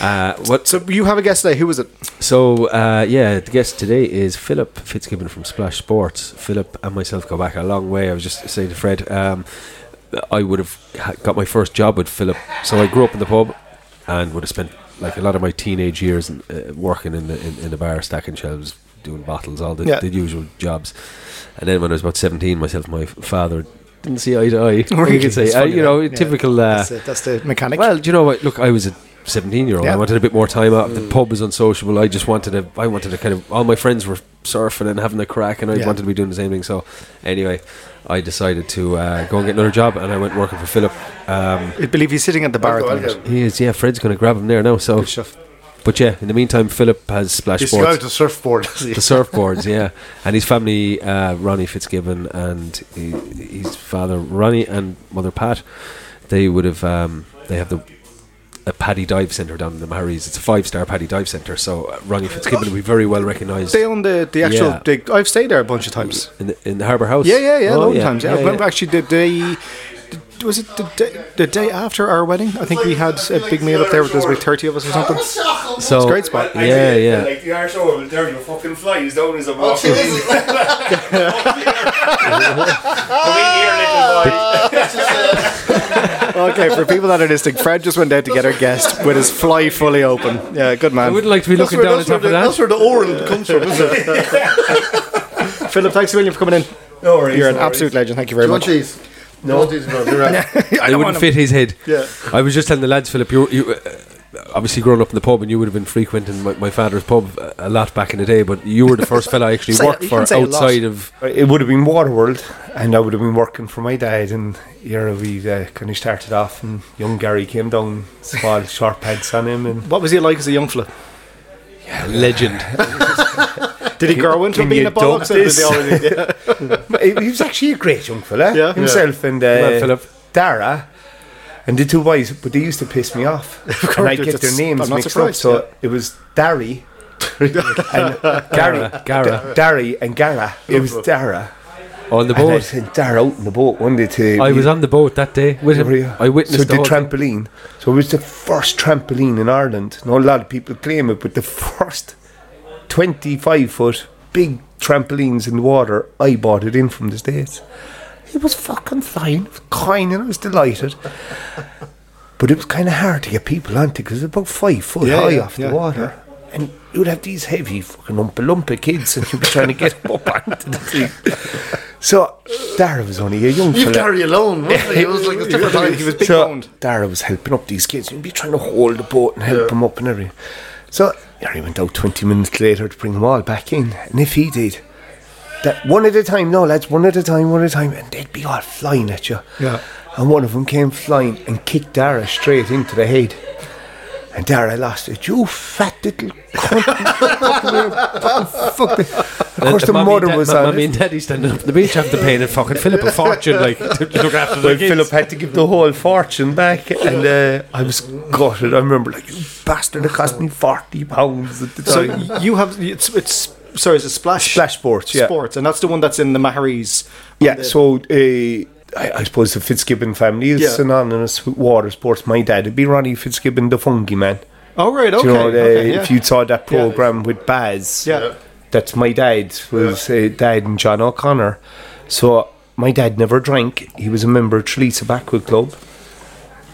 Speaker 3: uh, what?
Speaker 2: So you have a guest today. Who was it?
Speaker 3: So uh, yeah, the guest today is Philip Fitzgibbon from Splash Sports. Philip and myself go back a long way. I was just saying to Fred, um, I would have ha- got my first job with Philip. So I grew up in the pub and would have spent like a lot of my teenage years uh, working in the in, in the bar, stacking shelves, doing bottles, all the,
Speaker 2: Yeah.
Speaker 3: the usual jobs. And then when I was about seventeen, myself, and my f- father didn't see eye to eye. You could say,
Speaker 2: It's
Speaker 3: uh,
Speaker 2: funny
Speaker 3: you know,
Speaker 2: that. Yeah.
Speaker 3: typical. Uh,
Speaker 2: that's, the, that's the mechanic.
Speaker 3: well, do you know what? Look, I was a 17 year old.
Speaker 2: Yeah. Mm.
Speaker 3: I wanted a bit more time out. The pub was unsociable. I just wanted to. I wanted to kind of. All my friends were surfing and having a crack, and I
Speaker 2: Yeah.
Speaker 3: wanted to be doing the same thing. So, anyway, I decided to uh, go and get another job, and I went working for Philip. Um,
Speaker 2: I believe he's sitting at the bar.
Speaker 4: I'll go,
Speaker 2: at
Speaker 4: I'll
Speaker 2: the minute.
Speaker 4: go.
Speaker 3: he is. Yeah, Fred's going to grab him there now. So,
Speaker 2: Good stuff.
Speaker 3: but yeah, in the meantime, Philip has splash
Speaker 4: He's going
Speaker 3: boards.
Speaker 4: to surfboard. is he?
Speaker 3: The surfboards, yeah, and his family, uh, Ronnie Fitzgibbon and he, his father Ronnie and mother Pat, they would have um, they have the a paddy dive centre down in the Maharis. It's a five star paddy dive centre, so uh, Ronnie Fitzgibbon will be very well recognised
Speaker 2: They own the the actual.
Speaker 3: Yeah.
Speaker 2: Big, I've stayed there a bunch of times.
Speaker 3: in the, in the Harbour House.
Speaker 2: Yeah, yeah, yeah.
Speaker 3: Oh,
Speaker 2: a lot of times. Yeah, I
Speaker 3: yeah,
Speaker 2: remember
Speaker 3: yeah.
Speaker 2: actually the day. the- Was it the day, the day after our wedding? I think we had a big meal up there. with There was like thirty of us or something.
Speaker 3: So
Speaker 2: a great spot.
Speaker 6: I
Speaker 3: Yeah,
Speaker 6: tell you,
Speaker 3: yeah.
Speaker 6: Like the Irish oil, there you fucking flies down as I'm walking. Come in here,
Speaker 4: Jesus.
Speaker 6: little boy.
Speaker 2: Okay, for people that are listening, Fred just went out to get our guest with his fly fully open. Yeah, good
Speaker 3: I
Speaker 2: man.
Speaker 3: wouldn't like to be looking down on
Speaker 4: that's, where
Speaker 3: top
Speaker 4: the,
Speaker 3: of that.
Speaker 4: that's where the oral comes from, isn't it?
Speaker 2: Philip, thanks a million for coming in.
Speaker 6: No worries,
Speaker 2: You're an
Speaker 6: no worries.
Speaker 2: absolute legend. Thank you very
Speaker 4: You want
Speaker 2: much.
Speaker 4: cheese? No. cheese, bro. You're right.
Speaker 2: I
Speaker 3: They
Speaker 2: don't
Speaker 3: wouldn't
Speaker 2: want him.
Speaker 3: fit his head.
Speaker 4: Yeah.
Speaker 3: I was just telling the lads, Philip, you, you uh, obviously growing up in the pub, and you would have been frequenting my, my father's pub a- a lot back in the day. But you were the first fella I actually
Speaker 2: Say-
Speaker 3: worked
Speaker 2: you
Speaker 3: for
Speaker 2: can say a lot.
Speaker 3: outside of.
Speaker 6: Uh, It would have been Waterworld, and I would have been working for my dad. And here we uh, kind of started off, and young Gary came down, small sharp heads on him, and
Speaker 2: What was he like as a young fella?
Speaker 3: legend.
Speaker 2: Did he grow into
Speaker 6: can
Speaker 2: being
Speaker 6: you
Speaker 2: a bollocks?
Speaker 6: dump
Speaker 2: or did
Speaker 6: this?
Speaker 2: he always- yeah.
Speaker 6: But he he was actually a great young fella
Speaker 2: Yeah.
Speaker 6: himself and
Speaker 3: on,
Speaker 6: uh,
Speaker 3: Philip.
Speaker 6: Dara and the two boys, but they used to piss me off. and I get their
Speaker 2: that's-
Speaker 6: names
Speaker 2: I'm not
Speaker 6: mixed up.
Speaker 2: surprised,
Speaker 6: So
Speaker 2: yeah.
Speaker 6: it was Darry and Gary,
Speaker 3: Gara, Gara.
Speaker 6: Darry and Gara. It was Dara.
Speaker 3: On the
Speaker 6: And I
Speaker 3: boat.
Speaker 6: said Dara out in the boat one day to
Speaker 3: I was on the boat that day with
Speaker 6: Were you?
Speaker 3: him. I witnessed
Speaker 6: so
Speaker 3: the whole thing.
Speaker 6: trampoline. So it was the first trampoline in Ireland. Not a lot of people claim it, but the first 25 foot big trampolines in the water. I bought it in from the States. It was fucking flying, it was kind, and I was delighted. But it was kind of hard to get people onto because it's about five foot
Speaker 2: Yeah,
Speaker 6: high
Speaker 2: yeah,
Speaker 6: off
Speaker 2: yeah,
Speaker 6: the water. And you'd have these heavy fucking umpa lumpa kids, and you'd be trying to get them up onto the thing. So, Dara was only a young
Speaker 4: You
Speaker 6: fella.
Speaker 4: carry alone, wasn't it? It was like a
Speaker 2: He
Speaker 4: different time.
Speaker 2: was big
Speaker 6: So,
Speaker 2: boned.
Speaker 6: Dara was helping up these kids. You'd be trying to hold the boat and help them up and everything. So you know, he went out 20 minutes later to bring them all back in. And if he did, that one at a time, no lads, one at a time, one at a time, and they'd be all flying at you.
Speaker 2: Yeah.
Speaker 6: And one of them came flying and kicked Dara straight into the head. And Dara lost it. You fat little cunt. Fuck me. Of course, the
Speaker 3: mummy and
Speaker 6: mother
Speaker 3: dad-
Speaker 6: was
Speaker 3: Uh, mum-
Speaker 6: on
Speaker 3: mummy
Speaker 6: it.
Speaker 3: and daddy standing up on the beach after paying a fucking Philip a fortune, like to look after the
Speaker 6: Well,
Speaker 3: kids.
Speaker 6: Philip had to give the whole fortune back, and uh, I was gutted. I remember, like, you bastard, it cost me forty pounds at the
Speaker 2: So
Speaker 6: time.
Speaker 2: you have it's it's sorry, it's a splash
Speaker 6: Splash sports, yeah,
Speaker 2: sports, and that's the one that's in the Maharis.
Speaker 6: yeah. So uh, I, I suppose the Fitzgibbon family is
Speaker 2: Yeah.
Speaker 6: synonymous with water sports. My dad would be Ronnie Fitzgibbon, the funky man.
Speaker 2: Oh right, okay,
Speaker 6: Do you know, uh, the,
Speaker 2: okay, yeah.
Speaker 6: if you saw that program with Baz,
Speaker 2: Yeah. Yeah.
Speaker 6: that's my dad was uh, dad and John O'Connor. So my dad never drank. He was a member of Trillice Tobacco Club,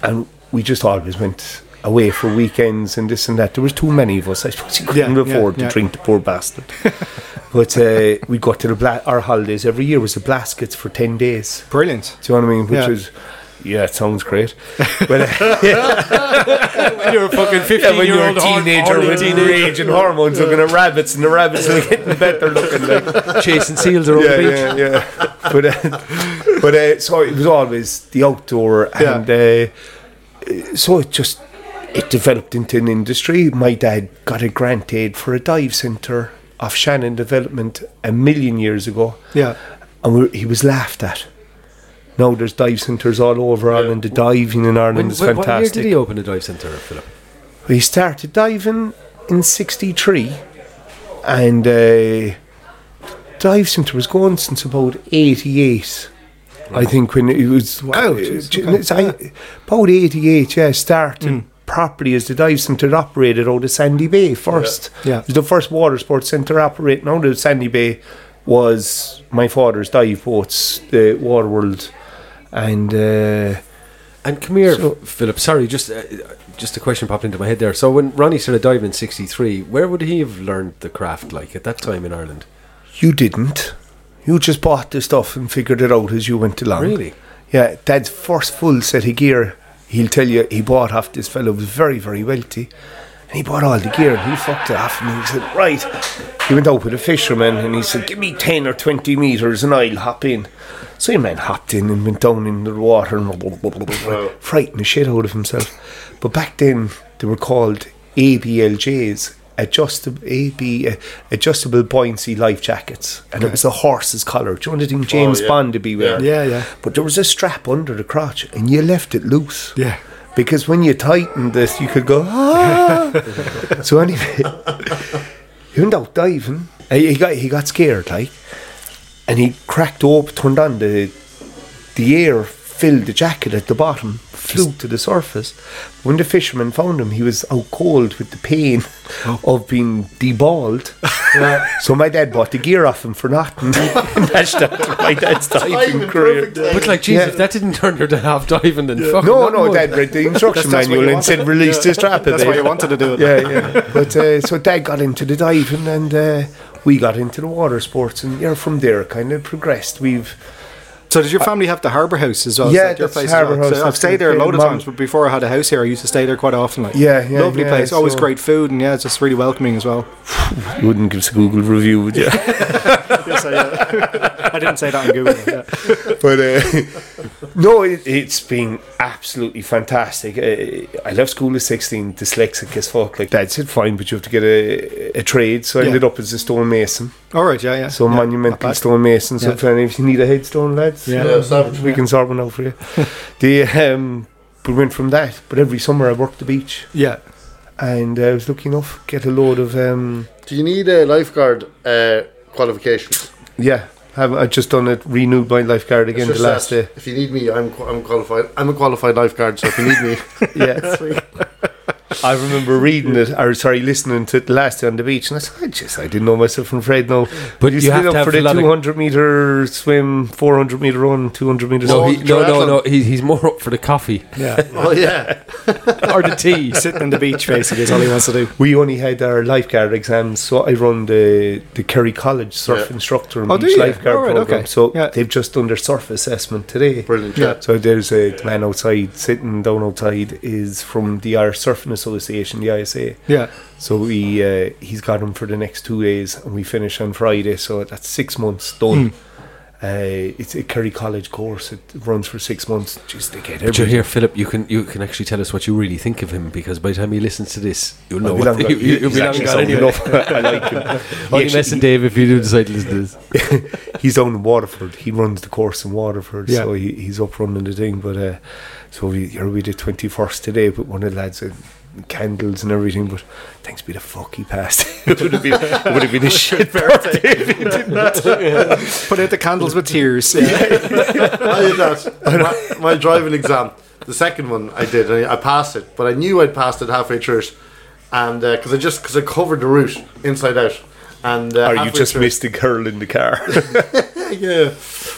Speaker 6: and we just always went away for weekends and this and that. There was too many of us. I suppose he couldn't
Speaker 2: Yeah, yeah,
Speaker 6: afford to
Speaker 2: yeah.
Speaker 6: drink. The poor bastard. but uh, we got to the bla- our holidays every year was the Blaskets for ten days.
Speaker 2: brilliant.
Speaker 6: Do you know what I mean? Which
Speaker 2: Yeah.
Speaker 6: was. Yeah, it sounds great. But, uh,
Speaker 3: when you're a fucking
Speaker 6: yeah, when you're a
Speaker 3: fifteen-year-old
Speaker 6: teenager with rage and hormones looking at rabbits, and the rabbits are getting better looking. Like,
Speaker 3: chasing seals around the beach.
Speaker 6: yeah, yeah. But, uh, but uh, so it was always the outdoor,
Speaker 2: Yeah.
Speaker 6: and uh, so it just it developed into an industry. My dad got a grant aid for a dive centre off Shannon Development a million years ago,
Speaker 2: Yeah.
Speaker 6: and we, he was laughed at. Now there's dive centres all over Ireland. The diving in Ireland
Speaker 3: When,
Speaker 6: is
Speaker 3: when-
Speaker 6: fantastic.
Speaker 3: what year did he open a dive centre, Philip?
Speaker 6: He started diving in 63 and uh, dive centre was going since about 88. I think when it was uh, wow,
Speaker 2: jeez,
Speaker 6: about 88, yeah, started properly as the dive centre operated out of Sandy Bay first.
Speaker 2: Mm. Yeah. Yeah.
Speaker 6: It was the first water sports centre operating out of Sandy Bay was my father's dive boats, the Waterworld, and uh,
Speaker 3: And come here,
Speaker 6: So-
Speaker 3: Philip. Sorry, just uh, just a question popped into my head there. So when Ronnie started diving in '63, where would he have learned the craft like at that time in Ireland?
Speaker 6: you didn't. You just bought the stuff and figured it out as you went along.
Speaker 3: Really?
Speaker 6: Yeah, Dad's first full set of gear, he'll tell you he bought off this fellow who was very, very wealthy. And he bought all the gear and he fucked it off and he said, Right. He went out with a fisherman and he said, Give me 10 or 20 metres and I'll hop in. So your man hopped in and went down in the water and frightened the shit out of himself. But back then, they were called ABLJs. Adjustable, AB, uh, adjustable buoyancy life jackets, and it was a horse's collar. Do you know the thing James
Speaker 4: yeah.
Speaker 6: Bond to be wearing?
Speaker 2: Yeah, yeah.
Speaker 6: But there was a strap under the crotch and you left it loose.
Speaker 2: Yeah.
Speaker 6: Because when you tightened this, you could go, ah. so anyway, he went out diving. Uh, He got, he got scared, like, and he cracked open, turned on the, the air, filled the jacket at the bottom, flew to the surface. When the fisherman found him, he was out cold with the pain of being deballed. so my dad bought the gear off him for nothing. and that's that, my dad's diving career.
Speaker 3: But like, jeez, if that didn't turn your dad off diving, then fuck.
Speaker 6: No, no, Dad read the instruction
Speaker 2: That's- that's what
Speaker 6: manual
Speaker 2: you
Speaker 6: and said release this trap.
Speaker 2: That's why you wanted to do it.
Speaker 6: Yeah, yeah. But uh, so Dad got into the diving and uh, we got into the water sports, and yeah, from there it kind of progressed. We've
Speaker 2: So does your family have the Harbour House as well? Is
Speaker 6: Yeah,
Speaker 2: that your
Speaker 6: that's
Speaker 2: place
Speaker 6: Harbour
Speaker 2: as well?
Speaker 6: House,
Speaker 2: So I've
Speaker 6: that's
Speaker 2: stayed there a
Speaker 6: the
Speaker 2: load of
Speaker 6: mum.
Speaker 2: times, but before I had a house here, I used to stay there quite often. Like,
Speaker 6: Yeah, yeah,
Speaker 2: lovely
Speaker 6: yeah,
Speaker 2: place. Always
Speaker 6: so-
Speaker 2: great food, and yeah, it's just really welcoming as well.
Speaker 6: you wouldn't give us a Google review, would you?
Speaker 2: yes, I, uh, I didn't say that on Google. Yeah.
Speaker 6: but uh, no, it, it's been absolutely fantastic. Uh, I left school at 16, dyslexic as fuck. Like Dad said, fine, but you have to get a, a trade. So I
Speaker 2: Yeah.
Speaker 6: ended up as a stonemason.
Speaker 2: All right, yeah, yeah.
Speaker 6: So
Speaker 2: yeah, not
Speaker 6: monumental
Speaker 2: bad.
Speaker 6: stonemason. So
Speaker 2: Yeah.
Speaker 6: if, any- if you need a headstone, lads,
Speaker 2: Yeah.
Speaker 3: uh,
Speaker 4: Yeah, stop.
Speaker 6: we can sort one out for you. the um, but went from that. But every summer I worked the beach,
Speaker 2: Yeah,
Speaker 6: and I was lucky enough get a load of um,
Speaker 4: Do you need a lifeguard uh, qualification?
Speaker 6: yeah. Have I just done it? Renewed my lifeguard again the
Speaker 4: Just
Speaker 6: last
Speaker 4: that.
Speaker 6: day.
Speaker 4: If you need me, I'm qu- I'm qualified. I'm a qualified lifeguard, so if you need me,
Speaker 6: Yeah, I remember reading it, or sorry, listening to it last day on the beach, and I said, I just I didn't know myself. I'm afraid now.
Speaker 3: But you
Speaker 6: stood
Speaker 3: have to
Speaker 6: up
Speaker 3: have
Speaker 6: for the
Speaker 3: a lot of-
Speaker 6: 200 meter swim, 400 meter run, 200 meter.
Speaker 3: No,
Speaker 6: swim.
Speaker 3: he, no, no, no. He, he's more up for the coffee
Speaker 2: yeah.
Speaker 4: oh yeah,
Speaker 3: or the tea.
Speaker 2: Sitting on the beach basically is all he wants to do.
Speaker 6: We only had our lifeguard exams, so I run the the Kerry College surf
Speaker 4: Yeah.
Speaker 6: instructor and
Speaker 2: Oh, do
Speaker 6: beach
Speaker 2: you?
Speaker 6: lifeguard
Speaker 2: All right,
Speaker 6: program.
Speaker 2: okay.
Speaker 6: So
Speaker 2: Yeah.
Speaker 6: they've just done their surf assessment today.
Speaker 4: brilliant.
Speaker 2: Yeah.
Speaker 4: Yeah.
Speaker 6: So there's a man outside sitting down outside is from the Irish Surfing Association, the ISA.
Speaker 2: Yeah,
Speaker 6: So we
Speaker 2: Hmm.
Speaker 6: uh, he's got him for the next two days, and we finish on Friday. So that's six months done. Uh, it's a Kerry College course. It runs for six months. Just they get
Speaker 3: But you're
Speaker 6: everything.
Speaker 3: here, Philip. You can you can actually tell us what you really think of him because by the time he listens to this, you'll know
Speaker 6: I'll be
Speaker 3: what
Speaker 6: long gone.
Speaker 3: you, you, you'll
Speaker 6: He's
Speaker 3: be long
Speaker 6: actually
Speaker 3: gone
Speaker 6: sound
Speaker 3: anyway.
Speaker 6: enough. I like him. He
Speaker 3: Only
Speaker 6: actually-
Speaker 3: mess and Dave if you do decide to listen to this.
Speaker 6: he's down in Waterford. He runs the course in Waterford,
Speaker 3: Yeah.
Speaker 6: so he, he's up running the thing. But uh, so we, here we the twenty first today, but one of the lads uh, candles and everything. But thanks be to fuck, he passed. it would have been, it would have been a shit birthday. if he didn't.
Speaker 2: Put out the candles with tears.
Speaker 4: I did that. My, my driving exam, the second one I did, and I passed it, but I knew I'd passed it halfway through it, and because I just because I covered the route inside out, and uh,
Speaker 6: Or you
Speaker 4: halfway
Speaker 6: just
Speaker 4: through-
Speaker 6: missed the girl in the car.
Speaker 4: yeah.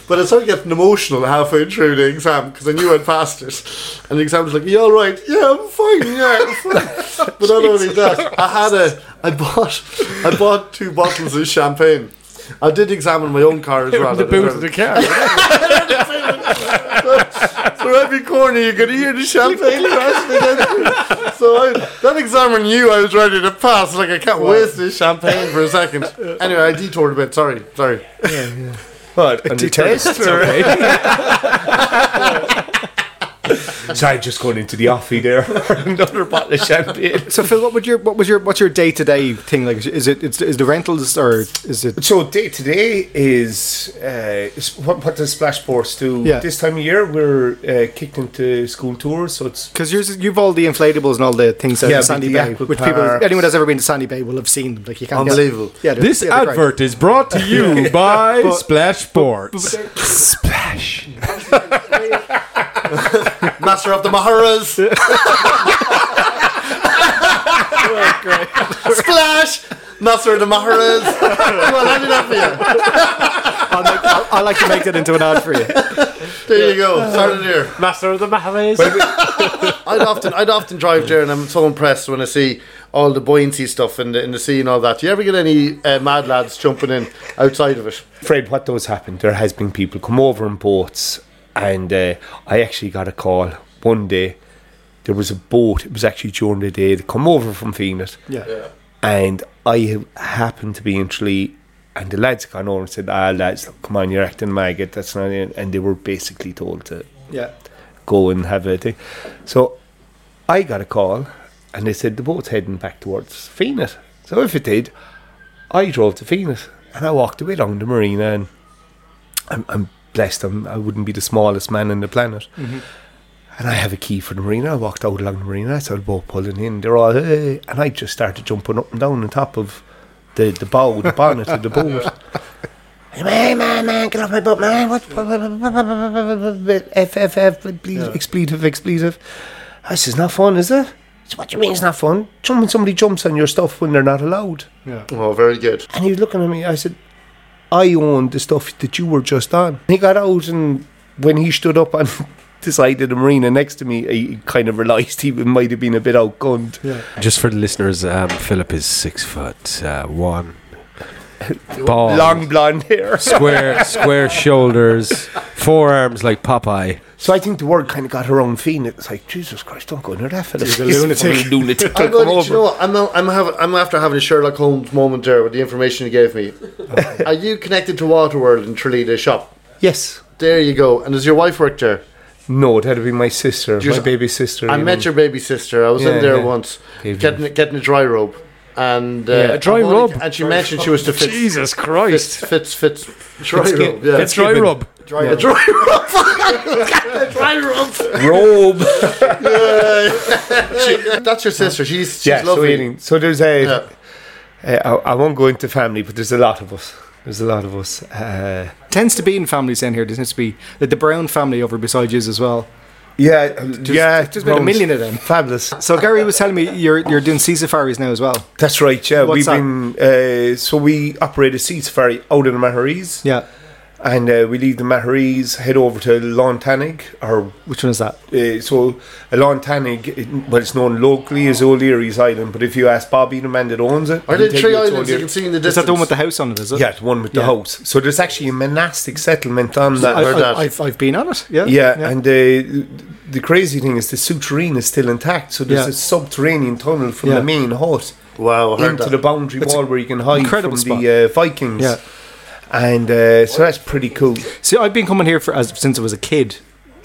Speaker 4: But I started getting emotional halfway through the exam because I knew I'd passed it. And the exam was like, "You all right? Yeah, I'm fine. Yeah, I'm fine." but not only that, I had a, I bought, I bought two bottles of champagne. I did examine my own car as well.
Speaker 5: the
Speaker 4: I didn't
Speaker 5: boot of the car.
Speaker 4: So every corner you could hear the champagne crashing against you. So I, that examiner knew I was ready to pass. Like I can't waste this champagne for a second. Anyway, I detoured a bit. Sorry, sorry.
Speaker 6: What? On the test? or- Sorry, just going into the offie there. Another bottle of champagne.
Speaker 2: So Phil, what would your what was your what's your day to day thing like? Is it is, is the rentals or is it?
Speaker 6: So day to day is uh, is what, what does Splash Force do?
Speaker 2: Yeah.
Speaker 6: This time of year we're uh, kicked into school tours, so it's
Speaker 2: Because yours, is- you've all the inflatables and all the things out
Speaker 6: Yeah,
Speaker 2: in Sandy
Speaker 6: the
Speaker 2: Bay,
Speaker 6: aqua
Speaker 2: which people,
Speaker 6: parks.
Speaker 2: anyone that's ever been to Sandy Bay will have seen. them. Like you can't get-
Speaker 4: Unbelievable.
Speaker 2: yeah, they're-
Speaker 5: This
Speaker 2: yeah, they're great.
Speaker 5: advert is brought to you by Splash Sports.
Speaker 4: Master of the Maharas. Splash. Master of the Maharas. Come on, I did that for you.
Speaker 2: I'll make- I'll- I like to make that into an ad for you.
Speaker 4: There you go. Started here.
Speaker 5: Master of the Mahalis.
Speaker 4: I'd often I'd often drive there, and I'm so impressed when I see all the buoyancy stuff in the in the sea and all that. Do you ever get any uh, mad lads jumping in outside of it?
Speaker 6: Fred, what does happen? There has been people come over in boats, and uh, I actually got a call one day. There was a boat. It was actually during the day. They come over from Phoenix,
Speaker 2: Yeah.
Speaker 6: and I ha- happened to be in Tralee, and the lads gone over and said, "Ah, lads, look, come on, you're acting maggot. That's not it." And they were basically told to
Speaker 2: Yeah.
Speaker 6: go and have a thing. So I got a call and they said the boat's heading back towards Phoenix. So if it did, I drove to Phoenix and I walked away down the marina and I'm, I'm blessed. I'm, I wouldn't be the smallest man on the planet. And I have a key for the marina. I walked out along the marina. I saw the boat pulling in. They're all, hey. and I just started jumping up and down on top of the, the bow, the bonnet of the boat. Man, man, man, get off my boat, man. What? F, F, F, please, expletive, expletive. This is not fun, is it? So what do you mean it's not fun? Jumping, somebody jumps on your stuff when they're not allowed.
Speaker 4: Oh, very good.
Speaker 6: And he was looking at me. I said, I own the stuff that you were just on. He got out, and when he stood up on the side of the marina next to me, he kind of realised he might have been a bit outgunned.
Speaker 3: Just for the listeners, um, Philip is six foot uh, one, bald,
Speaker 6: Long blonde hair.
Speaker 3: square square shoulders, forearms like Popeye.
Speaker 6: So I think the word kind of got her own feet. It's like, Jesus Christ, don't go near that fella. He's a lunatic. lunatic.
Speaker 4: I'm going. do You know what? I'm not, I'm having, I'm after having a Sherlock Holmes moment there with the information you gave me. Are you connected to Waterworld in Tralee the shop?
Speaker 6: yes.
Speaker 4: There you go. And does your wife work there?
Speaker 6: No, that'd be my sister,
Speaker 4: Just-
Speaker 6: my baby sister.
Speaker 4: I
Speaker 6: you
Speaker 4: met
Speaker 6: know.
Speaker 4: your baby sister. I was
Speaker 6: Yeah,
Speaker 4: in there
Speaker 6: yeah.
Speaker 4: once
Speaker 6: Baby.
Speaker 4: getting a- getting a dry robe. And uh,
Speaker 5: Yeah, a dry
Speaker 4: I've only-
Speaker 5: robe?
Speaker 4: And she mentioned she was to fit.
Speaker 5: Jesus
Speaker 4: Fits,
Speaker 5: Christ.
Speaker 4: fits, fits, dry robe. Yeah,
Speaker 5: It's dry rub.
Speaker 4: dry robe. Dry robe. dry robe.
Speaker 6: robe.
Speaker 4: She- that's your sister. She's, she's
Speaker 6: yeah, so,
Speaker 4: lovely.
Speaker 6: eating. so there's a.
Speaker 4: Yeah.
Speaker 6: Uh, I, I won't go into family, but there's a lot of us. There's a lot of us. Uh,
Speaker 2: Tends to be in families down here. There tends to be like, the Brown family over beside you as well.
Speaker 6: yeah, yeah.
Speaker 2: just made a
Speaker 6: Ron's
Speaker 2: million of them.
Speaker 6: Fabulous.
Speaker 2: So Gary was telling me you're you're doing sea safaris now as well.
Speaker 6: That's right. Yeah,
Speaker 2: What's
Speaker 6: we've been. Uh, so we operate a sea safari out in the Maharis,
Speaker 2: Yeah.
Speaker 6: and uh, we leave the Maharis, head over to Lontanig, or
Speaker 2: Which one is that?
Speaker 6: Uh, so a Lontanig, it- well, it's known locally as O'Leary's Island, but if you ask Bobby, the man that owns it,
Speaker 4: Are there
Speaker 6: he'll tell
Speaker 4: three
Speaker 6: you it's
Speaker 4: islands you
Speaker 6: O'Leary-
Speaker 4: can see in the
Speaker 2: Is
Speaker 4: distance?
Speaker 2: that the one with the house on it? Is it?
Speaker 6: Yeah, the one with the
Speaker 2: Yeah.
Speaker 6: house. So there's actually a monastic settlement on that.
Speaker 2: I,
Speaker 4: heard that.
Speaker 2: I, I've, I've been on it. Yeah.
Speaker 6: yeah, and uh, the crazy thing is the souterrain is still intact. So there's
Speaker 2: Yeah.
Speaker 6: a subterranean tunnel from
Speaker 2: Yeah.
Speaker 6: the main hut
Speaker 4: Wow, I heard
Speaker 6: into
Speaker 4: that.
Speaker 6: the boundary
Speaker 2: It's
Speaker 6: wall where you can hide
Speaker 2: incredible
Speaker 6: from
Speaker 2: spot.
Speaker 6: the uh, Vikings.
Speaker 2: Yeah.
Speaker 6: And uh, so that's pretty cool.
Speaker 2: See, I've been coming here for as since I was a kid,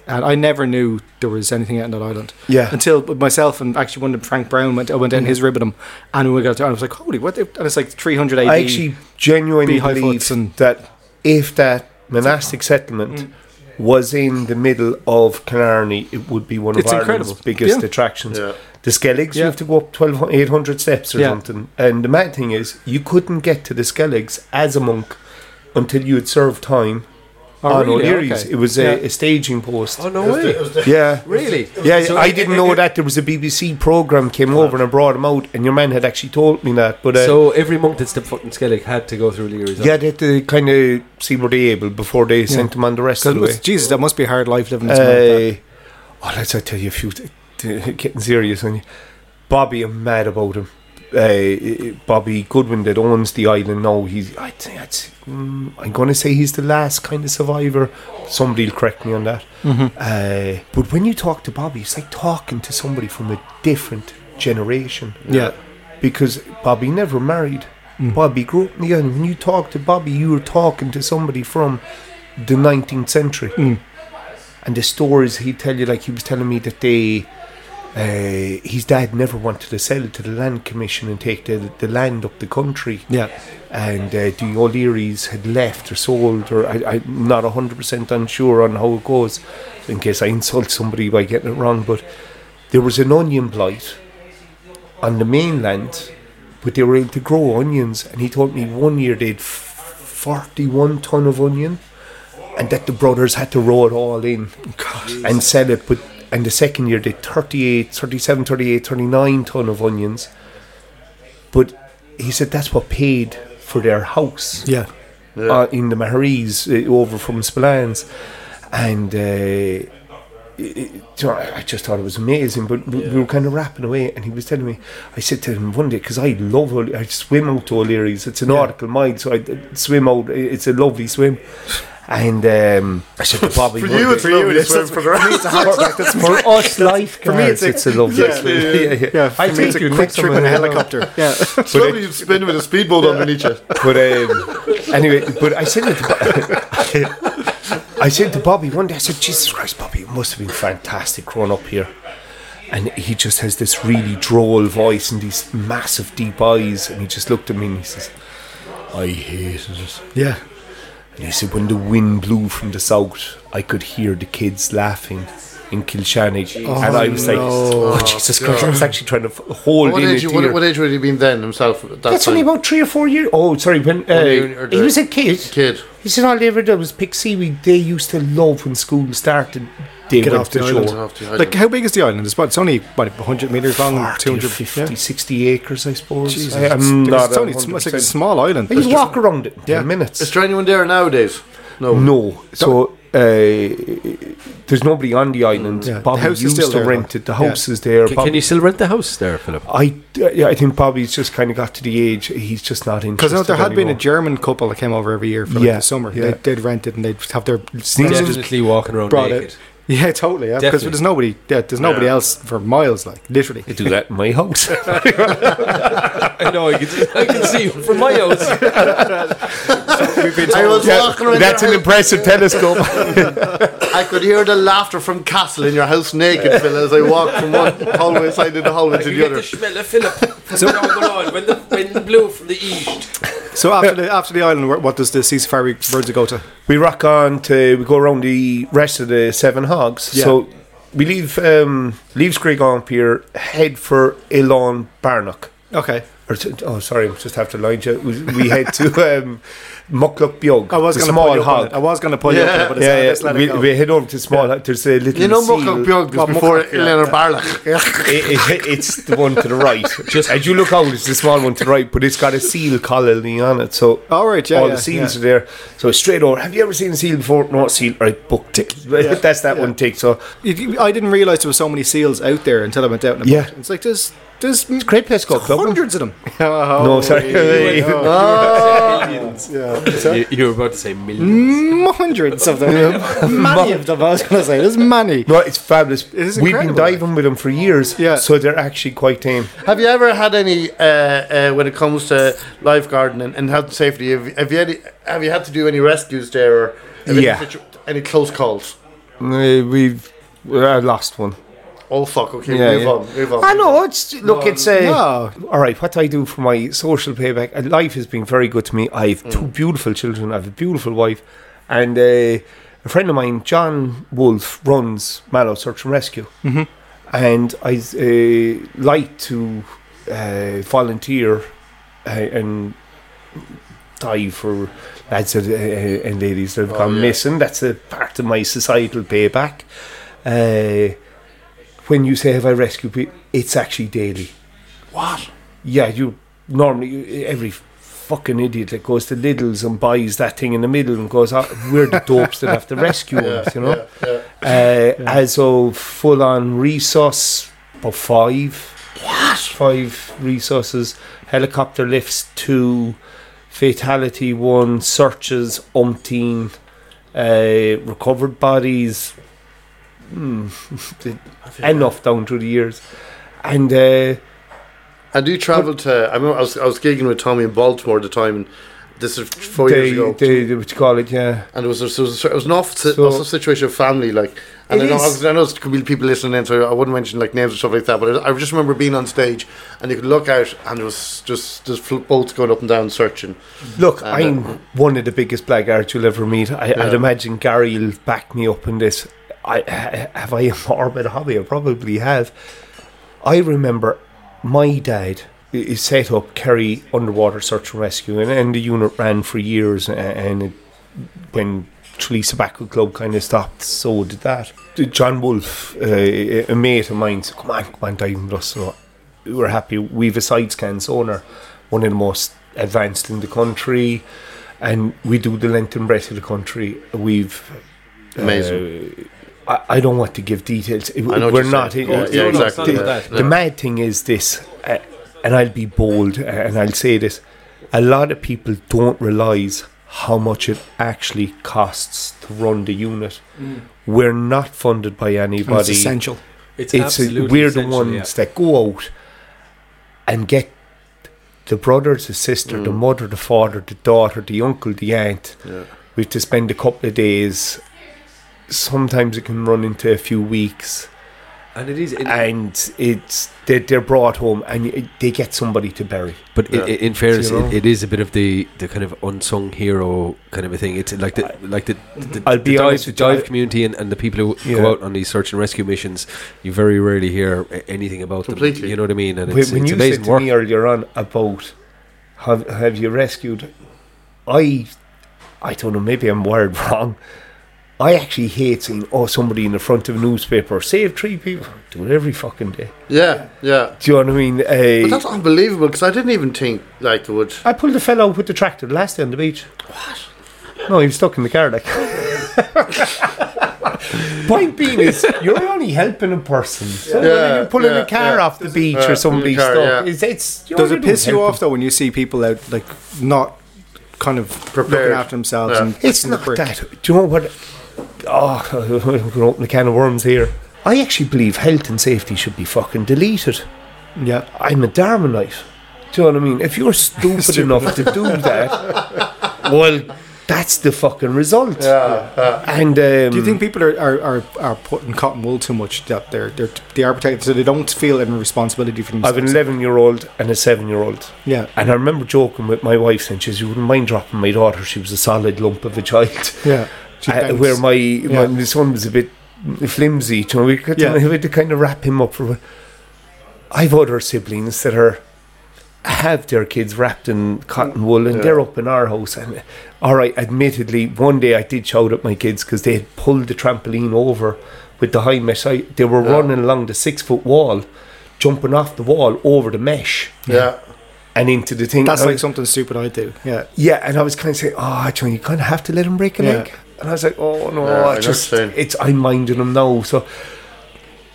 Speaker 2: and I never knew there was anything out on that island.
Speaker 6: Yeah.
Speaker 2: Until myself and actually one of Frank Brown went. I went down his Ribadum, and when we got there, I was like, "Holy what!" the-" And it's like 300 AD.
Speaker 6: I actually genuinely
Speaker 2: beehive
Speaker 6: believe
Speaker 2: huts and-
Speaker 6: that if that monastic settlement
Speaker 3: Mm.
Speaker 6: was in the middle of Killarney, it would be one of
Speaker 2: It's
Speaker 6: Ireland's
Speaker 2: incredible.
Speaker 6: biggest
Speaker 2: Yeah.
Speaker 6: attractions.
Speaker 4: Yeah.
Speaker 6: The Skelligs, you
Speaker 2: Yeah.
Speaker 6: have to go up 12, 800 steps or
Speaker 2: Yeah.
Speaker 6: something. And the mad thing is, you couldn't get to the Skelligs as a monk until you had served time
Speaker 2: Oh,
Speaker 6: on
Speaker 2: really?
Speaker 6: O'Leary's.
Speaker 2: Okay.
Speaker 6: It was
Speaker 2: Yeah.
Speaker 6: a, a staging post.
Speaker 3: Oh no way!
Speaker 6: Yeah.
Speaker 3: Really?
Speaker 6: Yeah,
Speaker 3: So
Speaker 6: I
Speaker 3: it-
Speaker 6: didn't
Speaker 3: it-
Speaker 6: know
Speaker 3: it-
Speaker 6: that there was a BBC program came over and I brought him out, and your man had actually told me that. But uh,
Speaker 3: So every monk that's the fucking Skellig had to go through Leary's.
Speaker 6: yeah, they had to kind of see were they able before they sent them on the rest
Speaker 2: 'Cause
Speaker 6: of the
Speaker 2: it
Speaker 6: way.
Speaker 2: was- Jesus, that must be a hard life living. This man.
Speaker 6: Uh, oh, let's I tell you a few. Th- th- getting serious on you, Bobby. I'm mad about him. Uh, Bobby Goodwin that owns the island now. He's. I think that's, mm, I'm going to say he's the last kind of survivor. Somebody'll correct me on that. Uh, but when you talk to Bobby, it's like talking to somebody from a different generation
Speaker 2: Yeah.
Speaker 6: because Bobby never married. Bobby grew up in the island. When you talk to Bobby, you were talking to somebody from the 19th century. And the stories he'd tell you, like he was telling me that they, uh, his dad never wanted to sell to the land commission and take the, the land up the country.
Speaker 2: Yeah.
Speaker 6: And uh, the O'Learys had left or sold, or I, I'm not 100% unsure on how it goes, in case I insult somebody by getting it wrong, but there was an onion blight on the mainland, but they were able to grow onions. And he told me one year they had f- 41 ton of onion, and that the brothers had to roll it all in and sell it. But and the second year they had 38, 37, 38, 39 ton of onions. But he said that's what paid for their house
Speaker 2: Yeah.
Speaker 6: uh, in the Maharis uh, over from Spillane's, and uh, it, it- you know, I I just thought it was amazing. But we, we were kind of rapping away, and he was telling me, I said to him one day because I love O'Le- I swim out to O'Leary's. It's a nautical mile, so I d- swim out. i- It's a lovely swim. And um, I said to Bobby,
Speaker 4: For
Speaker 6: one
Speaker 4: you,
Speaker 6: day-
Speaker 4: it's lovely swim for the rest.
Speaker 6: for us lifeguards,
Speaker 4: it's
Speaker 6: it's a lovely
Speaker 4: exactly,
Speaker 6: swim.
Speaker 4: yeah.
Speaker 2: Yeah,
Speaker 6: I
Speaker 2: for me
Speaker 6: take
Speaker 2: it's a
Speaker 6: you
Speaker 2: quick
Speaker 6: next
Speaker 2: trip
Speaker 6: summer.
Speaker 2: in a helicopter. yeah,
Speaker 4: It's lovely you'd spin with a speedboat underneath you.
Speaker 6: But um, anyway, but I said it. To Bo- I said to Bobby one day. I said, "Jesus Christ, Bobby, it must have been fantastic growing up here." And he just has this really droll voice and these massive deep eyes, and he just looked at me and he says, "I hated it."
Speaker 2: yeah.
Speaker 6: And he said, "When the wind blew from the south, I could hear the kids laughing." In Kilshannig, and I was like, "Oh Jesus Christ!" I was actually trying to f- hold
Speaker 4: What
Speaker 6: in
Speaker 4: age,
Speaker 6: it.
Speaker 4: what,
Speaker 6: here.
Speaker 4: what age would he been then himself? at that
Speaker 6: That's only
Speaker 4: time?
Speaker 6: about three or four years. Oh, sorry, when uh,
Speaker 4: you- or
Speaker 6: he
Speaker 4: the-
Speaker 6: was a kid.
Speaker 4: Kid.
Speaker 6: He said all they ever did was pick seaweed. They used to love when school started. They
Speaker 2: Get
Speaker 6: went
Speaker 2: off
Speaker 6: to
Speaker 2: the
Speaker 6: shore.
Speaker 2: island.
Speaker 4: Off the island.
Speaker 2: Like, how big is the island? It's about it's only about 100 meters long, 200.
Speaker 6: 50,
Speaker 2: Yeah.
Speaker 6: 60 acres, I suppose.
Speaker 2: Jesus,
Speaker 6: I,
Speaker 2: it's,
Speaker 6: am Mm, not.
Speaker 2: it's, only, it's like a
Speaker 6: 100%.
Speaker 2: small island.
Speaker 6: you walk around it in
Speaker 2: Yeah.
Speaker 6: 10 minutes.
Speaker 4: Is there anyone there nowadays? No.
Speaker 6: No. So uh, there's nobody on the island.
Speaker 2: Yeah, the
Speaker 6: Bobby
Speaker 2: house is
Speaker 6: used
Speaker 2: still
Speaker 6: to
Speaker 2: there,
Speaker 6: rent
Speaker 2: though.
Speaker 6: it. The
Speaker 2: Yeah.
Speaker 6: house is there.
Speaker 3: Can,
Speaker 6: Bob-
Speaker 3: can you still rent the house there, Philip?
Speaker 6: I, yeah, I think Bobby's just kind of got to the age he's just not interested.
Speaker 2: Because there had been a
Speaker 6: anymore.
Speaker 2: German couple that came over every year for like
Speaker 6: Yeah,
Speaker 2: the summer.
Speaker 6: yeah.
Speaker 2: They, they'd rent it and they'd have their
Speaker 3: Mm.
Speaker 2: seasons
Speaker 3: Definitely walking around
Speaker 2: brought
Speaker 3: naked.
Speaker 2: it. Yeah, totally. Yeah, because
Speaker 3: Definitely.
Speaker 2: there's nobody. Yeah, there's nobody else for miles. Like literally.
Speaker 6: They do that in my house.
Speaker 3: I know. I can, I can see from my house.
Speaker 4: I was walking around
Speaker 6: That's
Speaker 4: your
Speaker 6: an
Speaker 4: house.
Speaker 6: impressive telescope.
Speaker 4: I could hear the laughter from Castle in your house naked, Phil, as I walked from one hallway side of the hallway to the other.
Speaker 3: smell of Philip down the line when the wind blew from the east.
Speaker 2: So after the after the island, where- what does the Sea Safari birds go to?
Speaker 6: we rock on to we go around the rest of the seven hogs.
Speaker 2: Yeah.
Speaker 6: So we leave um leaves Greg on Pier, head for Elon Barnock.
Speaker 2: Okay,
Speaker 6: Or t- oh sorry, I'm just after line you. We, we head to um Muckluck Biog.
Speaker 2: I was
Speaker 6: the
Speaker 2: going to
Speaker 6: small
Speaker 2: pull you up on
Speaker 6: hog.
Speaker 2: it. I was going to pull you
Speaker 4: Yeah.
Speaker 2: up, on it, but it's,
Speaker 6: yeah,
Speaker 2: let's
Speaker 6: yeah.
Speaker 2: let it
Speaker 6: We,
Speaker 2: go.
Speaker 6: we head over to small. hog. There's a little.
Speaker 4: You know
Speaker 6: seal.
Speaker 4: Mucklock Bjorg
Speaker 2: Well,
Speaker 4: was before
Speaker 2: Mucklock, yeah.
Speaker 4: Eleanor Barlock.
Speaker 6: It- it- it's the one to the right. Just as you look out, it's the small one to the right, but it's got a seal colony on it. So
Speaker 2: All right, yeah,
Speaker 6: all
Speaker 2: yeah,
Speaker 6: the seals
Speaker 2: yeah.
Speaker 6: are there. So it's straight over. Have you ever seen a seal before? No seal. Right, book tick. That's that one tick. So
Speaker 2: If you- I didn't realize there were so many seals out there until I went out. And
Speaker 6: Yeah.
Speaker 2: about. it's like there's There's
Speaker 6: Great place to go clubbing.
Speaker 2: hundreds of them.
Speaker 6: No, sorry.
Speaker 2: Oh,
Speaker 3: You, you were about to say millions.
Speaker 2: hundreds of them. many of them. I was going to say there's many.
Speaker 6: No, it's fabulous.
Speaker 2: is
Speaker 6: We've been
Speaker 2: incredible.
Speaker 6: diving with them for years,
Speaker 2: Yeah.
Speaker 6: so they're actually quite tame.
Speaker 4: Have you ever had any uh, uh, when it comes to lifeguarding and, and health and safety? Have, you- have you any, have you had to do any rescues there or have any
Speaker 6: Yeah.
Speaker 4: situ- any close calls?
Speaker 6: Uh, We've uh, lost one.
Speaker 4: Oh fuck! Okay,
Speaker 6: Yeah,
Speaker 4: move
Speaker 6: yeah.
Speaker 4: on, move on.
Speaker 6: I know. It's look. it's a
Speaker 2: no.
Speaker 6: all right. What I do for my social payback, and life has been very good to me. I have two beautiful children. I have a beautiful wife, and uh, a friend of mine, John Wolfe, runs Mallow Search and Rescue, and I uh, like to uh, volunteer uh, and dive for lads that, uh, and ladies that have gone missing. That's a part of my societal payback. Uh, when you say have I rescued people, it's actually daily.
Speaker 2: What?
Speaker 6: Yeah, you normally you- every fucking idiot that goes to Lidl's and buys that thing in the middle and goes, "Ah, "We're the dopes that have to rescue us," you know. Uh, As of full on resource, but five, five resources, helicopter lifts two, fatality one, searches umpteen, uh, recovered bodies. Hmm, enough down through the years, and. Uh,
Speaker 4: I do travel to. I remember I was, I was gigging with Tommy in Baltimore at the time, and this is four years ago.
Speaker 6: They, they, what you call it, yeah.
Speaker 4: and it was, it was it was an awful, si-
Speaker 6: So-
Speaker 4: awful situation of family like and
Speaker 6: It
Speaker 4: I know,
Speaker 6: is.
Speaker 4: I know there's could be people listening in so I wouldn't mention like names or stuff like that but I, I just remember being on stage and you could look out and there was just there's fl- boats going up and down searching
Speaker 6: Look,
Speaker 4: And,
Speaker 6: I'm one of the biggest blackguards you'll ever meet. I, I'd imagine Gary will back me up in this. I, ha- have I a morbid hobby? I probably have. I remember my dad i- i- set up Kerry Underwater Search and Rescue, and, and the unit ran for years. a- And it, when Tralee Tobacco Club kind of stopped, so did that. John Wolfe, uh, a a mate of mine, said, Come on, come on, dive with us. So we were happy. We've a side scan sonar, one of the most advanced in the country, and we do the length and breadth of the country. We've
Speaker 4: amazing
Speaker 6: I, I don't want to give details. It-
Speaker 4: I know what
Speaker 6: we're
Speaker 4: you're
Speaker 6: not.
Speaker 4: saying.
Speaker 6: in-
Speaker 4: Yeah,
Speaker 6: it-
Speaker 4: yeah,
Speaker 6: it-
Speaker 4: exactly,
Speaker 6: The,
Speaker 4: yeah.
Speaker 6: the mad thing is this, uh, and I'll be bold uh, and I'll say this: a lot of people don't realize how much it actually costs to run the unit. We're not funded by anybody
Speaker 2: It's essential.
Speaker 3: It's,
Speaker 6: it's a,
Speaker 3: absolutely
Speaker 6: we're the
Speaker 3: essential,
Speaker 6: ones
Speaker 3: yeah.
Speaker 6: that go out and get the brother, the sister,
Speaker 4: Mm.
Speaker 6: the mother, the father, the daughter, the uncle, the aunt. We have to spend a couple of days. Sometimes it can run into a few weeks,
Speaker 3: And it is. It,
Speaker 6: and it's they, they're brought home and y- they get somebody to bury.
Speaker 3: But i i- in fairness,
Speaker 6: You know?
Speaker 3: it, it is a bit of the, the kind of unsung hero kind of a thing. It's like the like the, the,
Speaker 6: I'll
Speaker 3: the
Speaker 6: be
Speaker 3: dive,
Speaker 6: honest
Speaker 3: the
Speaker 6: with you, I-
Speaker 3: dive community and, and the people who
Speaker 6: Yeah.
Speaker 3: go out on these search and rescue missions. You very rarely hear a- anything about them.
Speaker 4: Completely.
Speaker 3: You know what I mean? And
Speaker 6: When,
Speaker 3: it's,
Speaker 6: when
Speaker 3: it's
Speaker 6: you
Speaker 3: amazing
Speaker 6: said to
Speaker 3: work.
Speaker 6: me earlier on about have have you rescued, I I don't know. Maybe I'm wired wrong. I actually hate seeing oh somebody in the front of a newspaper save three people. Do it every fucking day.
Speaker 4: yeah yeah
Speaker 6: Do you know what I mean?
Speaker 4: but
Speaker 6: Uh,
Speaker 4: that's unbelievable because I didn't even think like it would
Speaker 6: I pulled a fellow with the tractor the last day on the beach. What? No, he was stuck in the car. Like. Point being is, you're only helping a person. So
Speaker 4: Yeah,
Speaker 6: when you're pulling
Speaker 4: yeah,
Speaker 6: a car
Speaker 4: yeah.
Speaker 6: off the beach
Speaker 4: Yeah, from
Speaker 6: or
Speaker 4: the
Speaker 6: somebody's
Speaker 4: car,
Speaker 6: stuff,
Speaker 4: yeah.
Speaker 6: it's, it's you're
Speaker 2: Does it
Speaker 6: only doing
Speaker 2: piss you
Speaker 6: helping.
Speaker 2: off though when you see people out like not kind of
Speaker 4: Prepared.
Speaker 2: looking after themselves?
Speaker 4: Yeah.
Speaker 2: And
Speaker 6: It's
Speaker 2: in the
Speaker 6: not
Speaker 2: brick?
Speaker 6: that. Do you know what? Oh, I'm going to open a can of worms here. I actually believe health and safety should be fucking deleted.
Speaker 2: Yeah.
Speaker 6: I'm a Darwinite. Do you know what I mean? If you're stupid, enough to do that, well, that's the fucking result. and um,
Speaker 2: Do you think people are, are, are, are putting cotton wool too much that they're they're they are protected so they don't feel any responsibility for
Speaker 6: I've
Speaker 2: themselves?
Speaker 6: an 11 year old and a 7 year old.
Speaker 2: yeah.
Speaker 6: And I remember joking with my wife saying, she says, you wouldn't mind dropping my daughter. She was a solid lump of a child.
Speaker 2: Yeah.
Speaker 6: uh, where my,
Speaker 2: Yeah.
Speaker 6: my son was a bit flimsy. You know, we had,
Speaker 2: Yeah.
Speaker 6: to, we had to kind of wrap him up. For, I've other siblings that are have their kids wrapped in cotton wool, and they're up in our house. And all right, admittedly, one day I did shout at my kids because they had pulled the trampoline over with the high mesh. I, they were running along the six foot wall, jumping off the wall over the mesh
Speaker 4: yeah
Speaker 6: and into the thing.
Speaker 2: that's
Speaker 6: I
Speaker 2: like
Speaker 6: was-
Speaker 2: something stupid I do. Yeah.
Speaker 6: yeah, and I was kind of saying, "Oh, John, you kind of have to let him break a
Speaker 2: Yeah.
Speaker 6: leg." And I was like, "Oh no,
Speaker 4: Yeah, I
Speaker 6: I just
Speaker 4: understand.
Speaker 6: it's I'm minding him now." So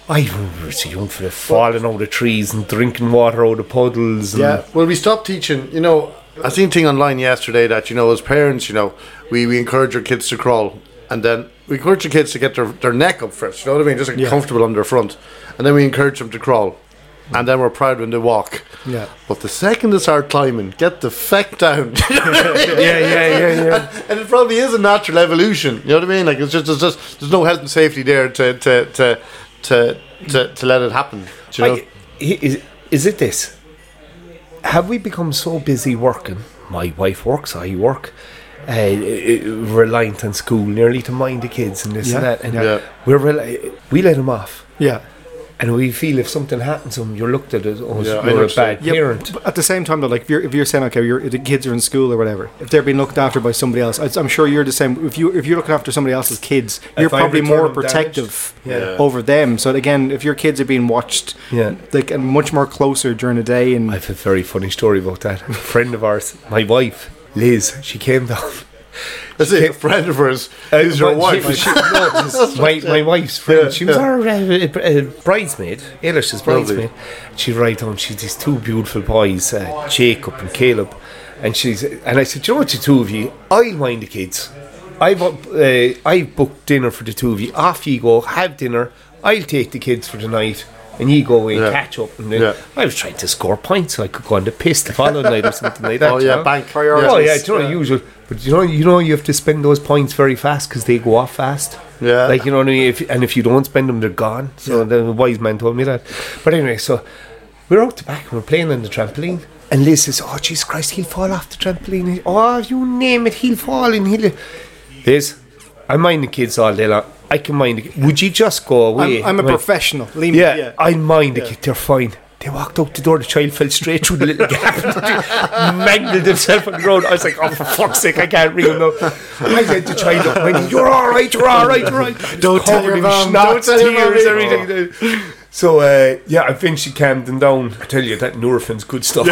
Speaker 6: I remember as a young fella falling out of trees and drinking water out of puddles. And
Speaker 2: Yeah.
Speaker 4: Well, we stopped teaching. You know, I seen thing online yesterday that you know, as parents, you know, we, we encourage our kids to crawl, and then we encourage our kids to get their, their neck up first. You know what I mean? Just like comfortable on their front, and then we encourage them to crawl, and then we're proud when they walk.
Speaker 2: Yeah.
Speaker 4: But the second they start climbing, get the feck down. yeah,
Speaker 6: yeah, yeah, yeah.
Speaker 4: And, and it probably is a natural evolution. You know what I mean? Like it's just there's just there's no health and safety there to to to to to, to let it happen. do You know?
Speaker 6: I- i- is, is it this? Have we become so busy working? My wife works, I work. Uh, i- i- reliant on school nearly to mind the kids and this and
Speaker 2: Yeah,
Speaker 6: that. And uh,
Speaker 2: yeah.
Speaker 4: Yeah.
Speaker 6: we're reli- we let them off.
Speaker 2: Yeah.
Speaker 6: And we feel if something happens to them, you're looked at as oh,
Speaker 4: Yeah, I
Speaker 6: you're a
Speaker 4: noticed
Speaker 6: bad
Speaker 2: Yeah,
Speaker 6: parent.
Speaker 2: but at the same time, though, like if you're, if you're saying okay, you're, the kids are in school or whatever, if they're being looked after by somebody else, I- I'm sure you're the same. If you if you're looking after somebody else's kids, you're
Speaker 6: I
Speaker 2: probably
Speaker 6: return
Speaker 2: more
Speaker 6: them damaged,
Speaker 2: protective
Speaker 6: yeah.
Speaker 2: over them. So again, if your kids are being watched,
Speaker 6: Yeah.
Speaker 2: like and much more closer during the day, and
Speaker 6: I have a very funny story about that. A friend of ours, my wife, Liz, she came down.
Speaker 4: That's it. A friend of hers is your
Speaker 6: but she-
Speaker 4: Uh, wife.
Speaker 6: she- no, just my, my wife's friend. she was our uh, uh, bridesmaid, Eilish's bridesmaid. She right on. She's these two beautiful boys, uh, Jacob and Caleb, and she's and I said, "Do you know what, the two of you, I'll mind the kids. I've up- uh, I've booked dinner for the two of you. Off you go, have dinner. I'll take the kids for the night." And you go away and
Speaker 4: Yeah.
Speaker 6: catch up. And then
Speaker 4: Yeah.
Speaker 6: I was trying to score points so I could go on the piss the following night or something like that.
Speaker 4: Oh,
Speaker 6: you
Speaker 4: yeah,
Speaker 6: know?
Speaker 4: bank
Speaker 6: Oh yeah,
Speaker 4: priorities.
Speaker 6: it's not usual. But you know, you know, you have to spend those points very fast because they go off fast.
Speaker 4: Yeah.
Speaker 6: like you know what I mean. If, and if you don't spend them, they're gone. So the wise man told me that. But anyway, so we're out the back and we're playing on the trampoline. And Liz says, "Oh Jesus Christ, he'll fall off the trampoline. He- Oh, you name it, he'll fall and he'll." Liz, I mind the kids all day long. I can mind. The, ki- would you just go away?
Speaker 2: I'm, I'm a
Speaker 6: Right.
Speaker 2: professional. Leave me-
Speaker 6: Yeah, I mind the kid. They're fine. They walked out the door. The child fell straight through the little gap, mangled himself on the ground. I was like, "Oh, for fuck's sake, I can't ring him now." I said to child, up, went, "You're all right. You're all right. You're all right.
Speaker 4: Don't tell your
Speaker 6: Covered in
Speaker 4: mum,
Speaker 6: schnapps,
Speaker 4: don't tell your
Speaker 6: tears,
Speaker 4: mummy.
Speaker 6: everything. So uh, yeah, I think she calmed him down. I tell you that Nurofin's good stuff.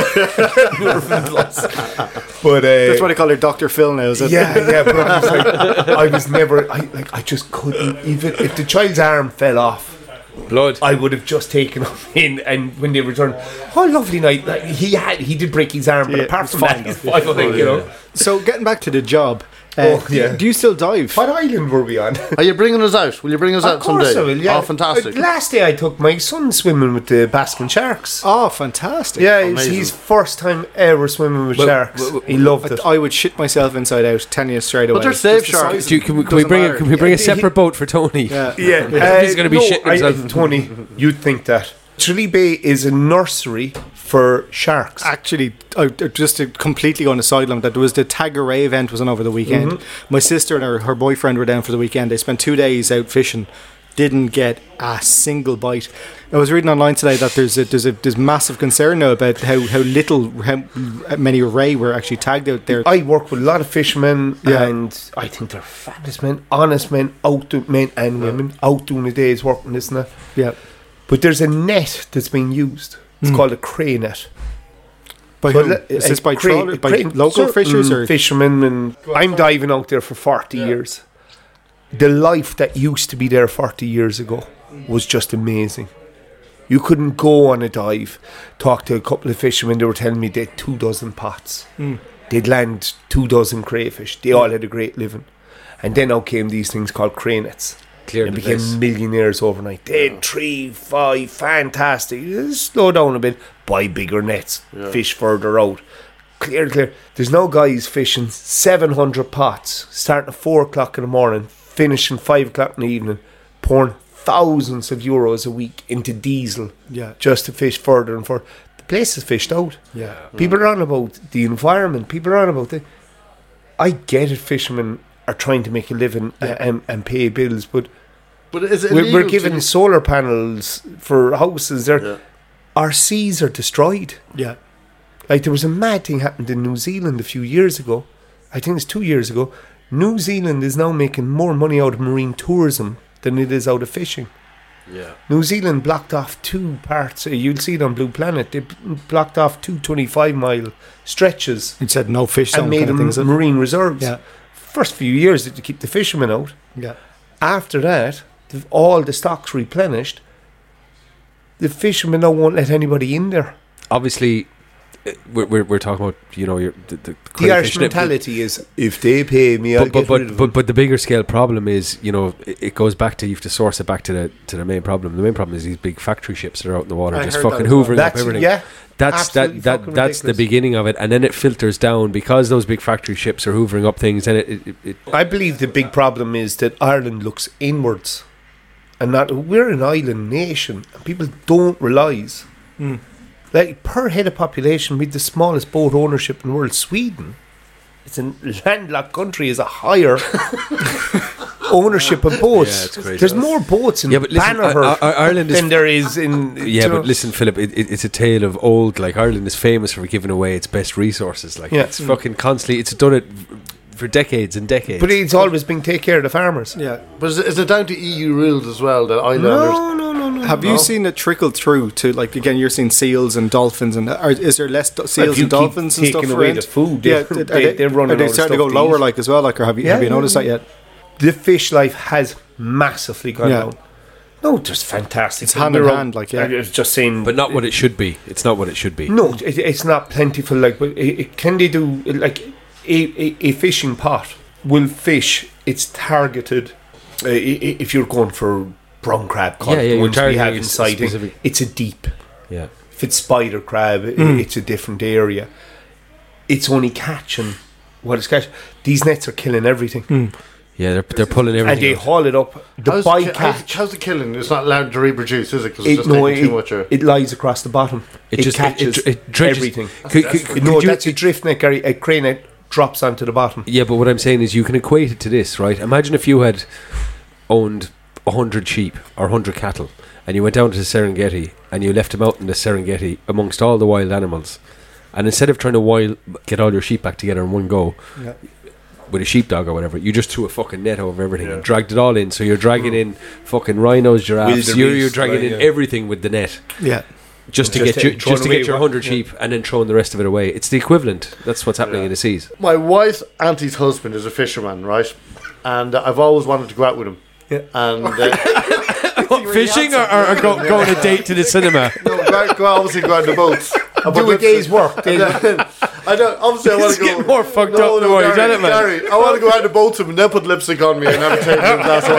Speaker 6: Nurofin's lots. But uh,
Speaker 2: That's why they call her Doctor Phil now. Is it?
Speaker 6: yeah, yeah, but I was like, I was never, I like, I just couldn't even. If the child's arm fell off,
Speaker 3: Blood.
Speaker 6: I would have just taken him in, and when they returned, oh, lovely night. Like, he had, he did break his arm, but
Speaker 2: Yeah,
Speaker 6: apart
Speaker 2: it's
Speaker 6: from
Speaker 2: fine
Speaker 6: that, he's fine. I think, you know.
Speaker 2: So getting back to the job, uh,
Speaker 6: Oh, yeah.
Speaker 2: do you still dive?
Speaker 6: What island were we on?
Speaker 4: Are you bringing us out? Will you bring us out
Speaker 6: of course,
Speaker 4: someday?
Speaker 6: I will. Yeah.
Speaker 4: Oh, fantastic.
Speaker 6: Uh, Last day, I took my son swimming with the Baskin sharks.
Speaker 2: Oh, fantastic!
Speaker 6: yeah, it's
Speaker 4: amazing.
Speaker 6: his first time ever swimming with sharks.
Speaker 3: well, well,
Speaker 6: he loved
Speaker 2: I,
Speaker 6: it.
Speaker 2: I would shit myself inside out. Tell you straight away.
Speaker 4: they're
Speaker 2: Just
Speaker 4: safe
Speaker 2: the
Speaker 4: sharks.
Speaker 2: size of
Speaker 3: Do you,
Speaker 2: them
Speaker 3: can we, can we
Speaker 2: doesn't
Speaker 3: bring a,
Speaker 2: matter.
Speaker 3: can we bring a
Speaker 6: he-
Speaker 3: separate boat for Tony?
Speaker 2: Yeah.
Speaker 6: Yeah, uh,
Speaker 3: He's gonna be shitting
Speaker 6: I-
Speaker 3: himself.
Speaker 6: Tony, you'd think that. Tralee Bay is a nursery for sharks.
Speaker 2: actually I, I- just to completely go on the sideline that there was the Tagaray event was on over the weekend my sister and her, her boyfriend were down for the weekend they spent two days out fishing didn't get a single bite I was reading online today that there's a, there's a there's massive concern now about how, how little how many ray were actually tagged out there
Speaker 6: I work with a lot of fishermen,
Speaker 2: Yeah.
Speaker 6: and I think they're fabulous men, honest men, out do- men and women out doing the day's work and this and that.
Speaker 2: yeah
Speaker 6: But there's a net that's being used. It's called a cray net.
Speaker 2: Hmm. by
Speaker 6: But
Speaker 2: who?
Speaker 6: le-
Speaker 2: is
Speaker 6: a
Speaker 2: this by
Speaker 6: cray-
Speaker 2: trawler,
Speaker 6: a
Speaker 2: by
Speaker 6: cray-
Speaker 2: local
Speaker 6: certain
Speaker 2: fishers or
Speaker 6: fishermen? And I'm diving out there for 40 years. The life that used to be there 40 years ago was just amazing. You couldn't go on a dive, talk to a couple of fishermen. They were telling me they had two dozen pots.
Speaker 2: Hmm.
Speaker 6: They'd land two dozen crayfish. They all had a great living. And then out came these things called cranets.
Speaker 3: Cleared
Speaker 6: They
Speaker 3: the
Speaker 6: became
Speaker 3: place.
Speaker 6: millionaires overnight. They had three, five, fantastic. Just Slow down a bit, buy bigger nets, fish further out. Clear, clear. There's no guys fishing 700 pots, starting at 4 o'clock in the morning, finishing 5 o'clock in the evening, pouring thousands of euros a week into diesel
Speaker 2: Yeah.
Speaker 6: just to fish further and further. The place is fished out.
Speaker 2: yeah
Speaker 6: People are on about the environment. People are on about the. I get it. Fishermen are trying to make a living uh, and, and pay bills, but
Speaker 4: but is it
Speaker 6: we're, we're
Speaker 4: illegal
Speaker 6: given
Speaker 4: to-
Speaker 6: solar panels for houses. There, our seas are destroyed.
Speaker 2: yeah
Speaker 6: Like there was a mad thing happened in New Zealand a few years ago. I think it's two years ago. New Zealand is now making more money out of marine tourism than it is out of fishing.
Speaker 3: Yeah.
Speaker 6: New Zealand blocked off two parts. uh, You'll see it on Blue Planet. They b- blocked off two 25 mile stretches
Speaker 2: it said no fish
Speaker 6: and
Speaker 2: zone
Speaker 6: made
Speaker 2: kind of
Speaker 6: them
Speaker 2: things isn't it?
Speaker 6: marine reserves.
Speaker 2: Yeah.
Speaker 6: First few years it to keep the fishermen out.
Speaker 2: yeah
Speaker 6: After that, th- all the stocks replenished, The fishermen now won't let anybody in there.
Speaker 3: Obviously, uh, we're, we're, we're talking about you know your, the, the,
Speaker 6: The Irish
Speaker 3: crayfish-
Speaker 6: mentality is if they pay me, I'll
Speaker 3: But but
Speaker 6: get rid
Speaker 3: but,
Speaker 6: of
Speaker 3: but but the bigger scale problem is you know it, it goes back to you have to source it back to the to the main problem. The main problem is these big factory ships that are out in the water
Speaker 4: I
Speaker 3: just
Speaker 4: heard that
Speaker 3: fucking
Speaker 4: as well.
Speaker 3: hoovering up
Speaker 6: That's
Speaker 3: everything.
Speaker 6: yeah.
Speaker 3: that's
Speaker 6: absolutely
Speaker 3: that, that
Speaker 6: fucking
Speaker 3: that's the
Speaker 6: ridiculous.
Speaker 3: beginning of it, and then it filters down because those big factory ships are hoovering up things, and it, it, it, it
Speaker 6: I believe the big problem is that Ireland looks inwards, and not we're an island nation, and people don't realise.
Speaker 3: Hmm.
Speaker 6: Like per head of population, with the smallest boat ownership in the world, Sweden. It's a landlocked country. Is a higher ownership of boats.
Speaker 3: Yeah, it's crazy.
Speaker 6: There's more boats in
Speaker 3: Yeah, but listen,
Speaker 6: Banagher
Speaker 3: I- I- Ireland is-
Speaker 6: than there is in.
Speaker 3: Yeah,
Speaker 6: you know.
Speaker 3: but listen, Philip, it, it, it's a tale of old. Like Ireland is famous for giving away its best resources. Like
Speaker 6: Yeah.
Speaker 3: it's fucking constantly. It's done it for decades and decades.
Speaker 6: But it's always been take care of the farmers.
Speaker 2: Yeah.
Speaker 4: But is it, is it down to EU rules as well that islanders?
Speaker 6: No, no, no, no.
Speaker 2: Have you seen it trickle through to like again? You're seeing seals and dolphins, and are, is there less do-
Speaker 6: you
Speaker 2: seals
Speaker 6: keep
Speaker 2: and dolphins and stuff
Speaker 6: taking away
Speaker 2: around?
Speaker 6: the food, they're-
Speaker 2: are
Speaker 6: they-
Speaker 2: they,
Speaker 6: they're running
Speaker 2: Are they
Speaker 6: out of
Speaker 2: starting to go
Speaker 6: stuff to
Speaker 2: lower,
Speaker 6: eat.
Speaker 2: like as well? Like, or have you
Speaker 6: Yeah,
Speaker 2: have you
Speaker 6: yeah,
Speaker 2: noticed
Speaker 6: yeah.
Speaker 2: that yet?
Speaker 6: the fish life has massively gone
Speaker 2: Yeah.
Speaker 6: down. No, just fantastic.
Speaker 2: It's hand
Speaker 6: We're
Speaker 2: in
Speaker 6: all-
Speaker 2: hand, like, yeah.
Speaker 6: I was just saying,
Speaker 3: but not what it should be. It's not what it should be.
Speaker 6: no, it, it's not plentiful. Like, but it, it- can they do like a, a, a fishing pot will fish its targeted? Uh, i- i- if you're going for brown crab,
Speaker 3: Yeah,
Speaker 6: cod,
Speaker 3: yeah,
Speaker 6: the
Speaker 3: you're
Speaker 6: ones we
Speaker 3: targeting
Speaker 6: have
Speaker 3: a
Speaker 6: in
Speaker 3: s-
Speaker 6: sighting,
Speaker 3: specific-
Speaker 6: it's a deep.
Speaker 3: Yeah.
Speaker 6: If it's spider crab, i
Speaker 2: Mm.
Speaker 6: it's a different area. It's only catching what it's catching. These nets are killing everything,
Speaker 2: Mm.
Speaker 3: Yeah, they're, they're pulling
Speaker 6: and they
Speaker 3: everything. out.
Speaker 6: haul it up. The
Speaker 4: How's, ki- how's,
Speaker 6: bycatch.
Speaker 4: how's the killing? It's not allowed to reproduce, is it? Because it's
Speaker 6: it,
Speaker 4: just
Speaker 6: no,
Speaker 4: taking
Speaker 6: it,
Speaker 4: too much. Or,
Speaker 6: it lies across the bottom. It,
Speaker 3: just-
Speaker 6: catches
Speaker 3: it- it dredges-
Speaker 6: everything.
Speaker 3: Could- could- could
Speaker 6: no,
Speaker 3: you-
Speaker 6: that's a drift net, Gary. A crane net drops onto the bottom.
Speaker 3: Yeah, but what I'm saying is you can equate it to this, right? Imagine if you had owned 100 sheep or 100 cattle and you went down to the Serengeti and you left them out in the Serengeti amongst all the wild animals. And instead of trying to wild, get all your sheep back together in one go with a sheepdog or whatever, you just threw a fucking net over everything and dragged it all in. So you're dragging in fucking rhinos, giraffes,
Speaker 6: Hmm. Wildebeest,
Speaker 3: you're, you're dragging
Speaker 6: right,
Speaker 3: in
Speaker 6: yeah.
Speaker 3: everything with the net.
Speaker 2: Yeah.
Speaker 3: Just to
Speaker 6: Just
Speaker 3: get
Speaker 6: to-
Speaker 3: your
Speaker 6: throwing
Speaker 3: just to
Speaker 6: away
Speaker 3: get your
Speaker 6: what-
Speaker 3: hundred sheep and then throwing the rest of it away. It's the equivalent. That's what's happening in the seas.
Speaker 4: my wife's auntie's husband is a fisherman, right? And I've always wanted to go out with him. Yeah. And uh,
Speaker 5: Fishing or, or, or go, go on a date to the cinema?
Speaker 4: no, go, go obviously go on the boats.
Speaker 6: Do a day's work.
Speaker 4: And then- I don't. Obviously, I want
Speaker 5: It's
Speaker 4: to go.
Speaker 5: getting more fucked up the more you've done it, man.
Speaker 4: Gary, I want to go out the boats and then put lipstick on me and have a take a glass of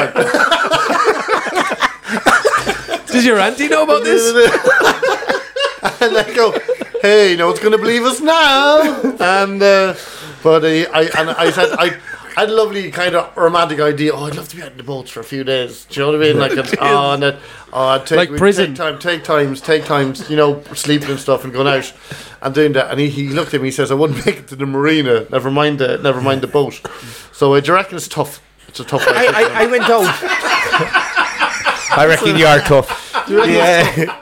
Speaker 4: wine.
Speaker 5: Does your auntie know about this?
Speaker 4: and I go, "Hey, no one's going to believe us now." And uh, but uh, I and I said I. I had a lovely kind of romantic idea. Oh, I'd love to be out in the boats for a few days. Do you know what I mean? Like, and, oh, and then, oh, I'd take,
Speaker 5: Like
Speaker 4: we'd
Speaker 5: prison.
Speaker 4: Take time, take times, take times. You know, sleeping and stuff, and going out and doing that. And he, he looked at me. He says, "I wouldn't make it to the marina. Never mind the, never mind the boat." So I do you reckon it's tough. It's a tough.
Speaker 6: I, I, I went out. I reckon you are tough. Yeah.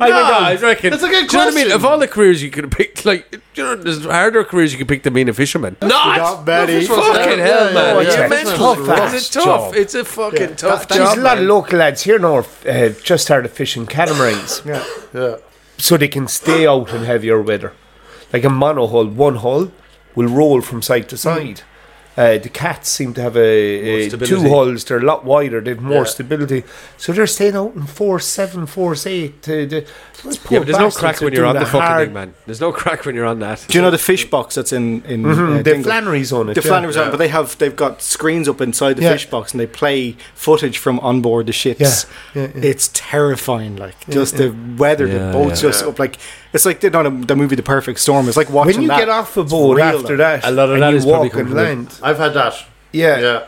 Speaker 6: I went
Speaker 5: No, I
Speaker 6: out.
Speaker 5: reckon.
Speaker 4: That's a good
Speaker 5: Do you know what I mean?
Speaker 4: question.
Speaker 5: Of all the careers you could have picked, like, you know, there's harder careers you could pick than being a fisherman. Not,
Speaker 4: Betty.
Speaker 5: fucking hell, man.
Speaker 6: yeah,
Speaker 5: It's
Speaker 6: yeah.
Speaker 5: mental.
Speaker 6: It's a
Speaker 5: It's
Speaker 6: tough
Speaker 5: a
Speaker 6: ass
Speaker 5: tough.
Speaker 6: job.
Speaker 5: It's a fucking tough
Speaker 6: There's
Speaker 5: job.
Speaker 6: a lot of
Speaker 5: man.
Speaker 6: local lads here now uh, just started fishing catamarans. yeah.
Speaker 4: Yeah.
Speaker 6: So they can stay out in heavier weather. Like a monohull, one hull will roll from side
Speaker 3: Mm.
Speaker 6: to side. Uh, the cats seem to have a, a
Speaker 3: stability.
Speaker 6: two hulls. They're a lot wider. They have more
Speaker 4: Yeah.
Speaker 6: stability, so they're staying out in four seven, four eight. To the, those poor
Speaker 3: Yeah, but there's no
Speaker 6: bastards
Speaker 3: crack
Speaker 6: are
Speaker 3: when you're on
Speaker 6: doing
Speaker 3: the
Speaker 6: a
Speaker 3: fucking
Speaker 6: hard
Speaker 3: thing, man. There's no crack when you're on that.
Speaker 2: Do you know the fish box that's in in
Speaker 6: Mm,
Speaker 2: uh,
Speaker 6: the
Speaker 2: Dingle?
Speaker 6: Flannery's on it.
Speaker 2: The
Speaker 6: yeah.
Speaker 2: Flannery's on, but they have they've got screens up inside the
Speaker 6: Yeah.
Speaker 2: fish box, and they play footage from on board the ships.
Speaker 6: Yeah, yeah, yeah.
Speaker 2: It's terrifying, like just the weather,
Speaker 3: Yeah,
Speaker 2: the boats
Speaker 3: yeah.
Speaker 2: just up, like it's like they know the, the movie The Perfect Storm. It's like watching
Speaker 6: When you
Speaker 2: that.
Speaker 6: get off a
Speaker 2: It's
Speaker 6: boat
Speaker 2: real,
Speaker 6: after
Speaker 2: like.
Speaker 6: that,
Speaker 3: A lot of
Speaker 6: and
Speaker 3: that
Speaker 6: you
Speaker 3: is probably
Speaker 6: walk
Speaker 3: coming
Speaker 6: and
Speaker 3: from-
Speaker 6: land.
Speaker 4: I've had that.
Speaker 6: Yeah,
Speaker 4: Yeah.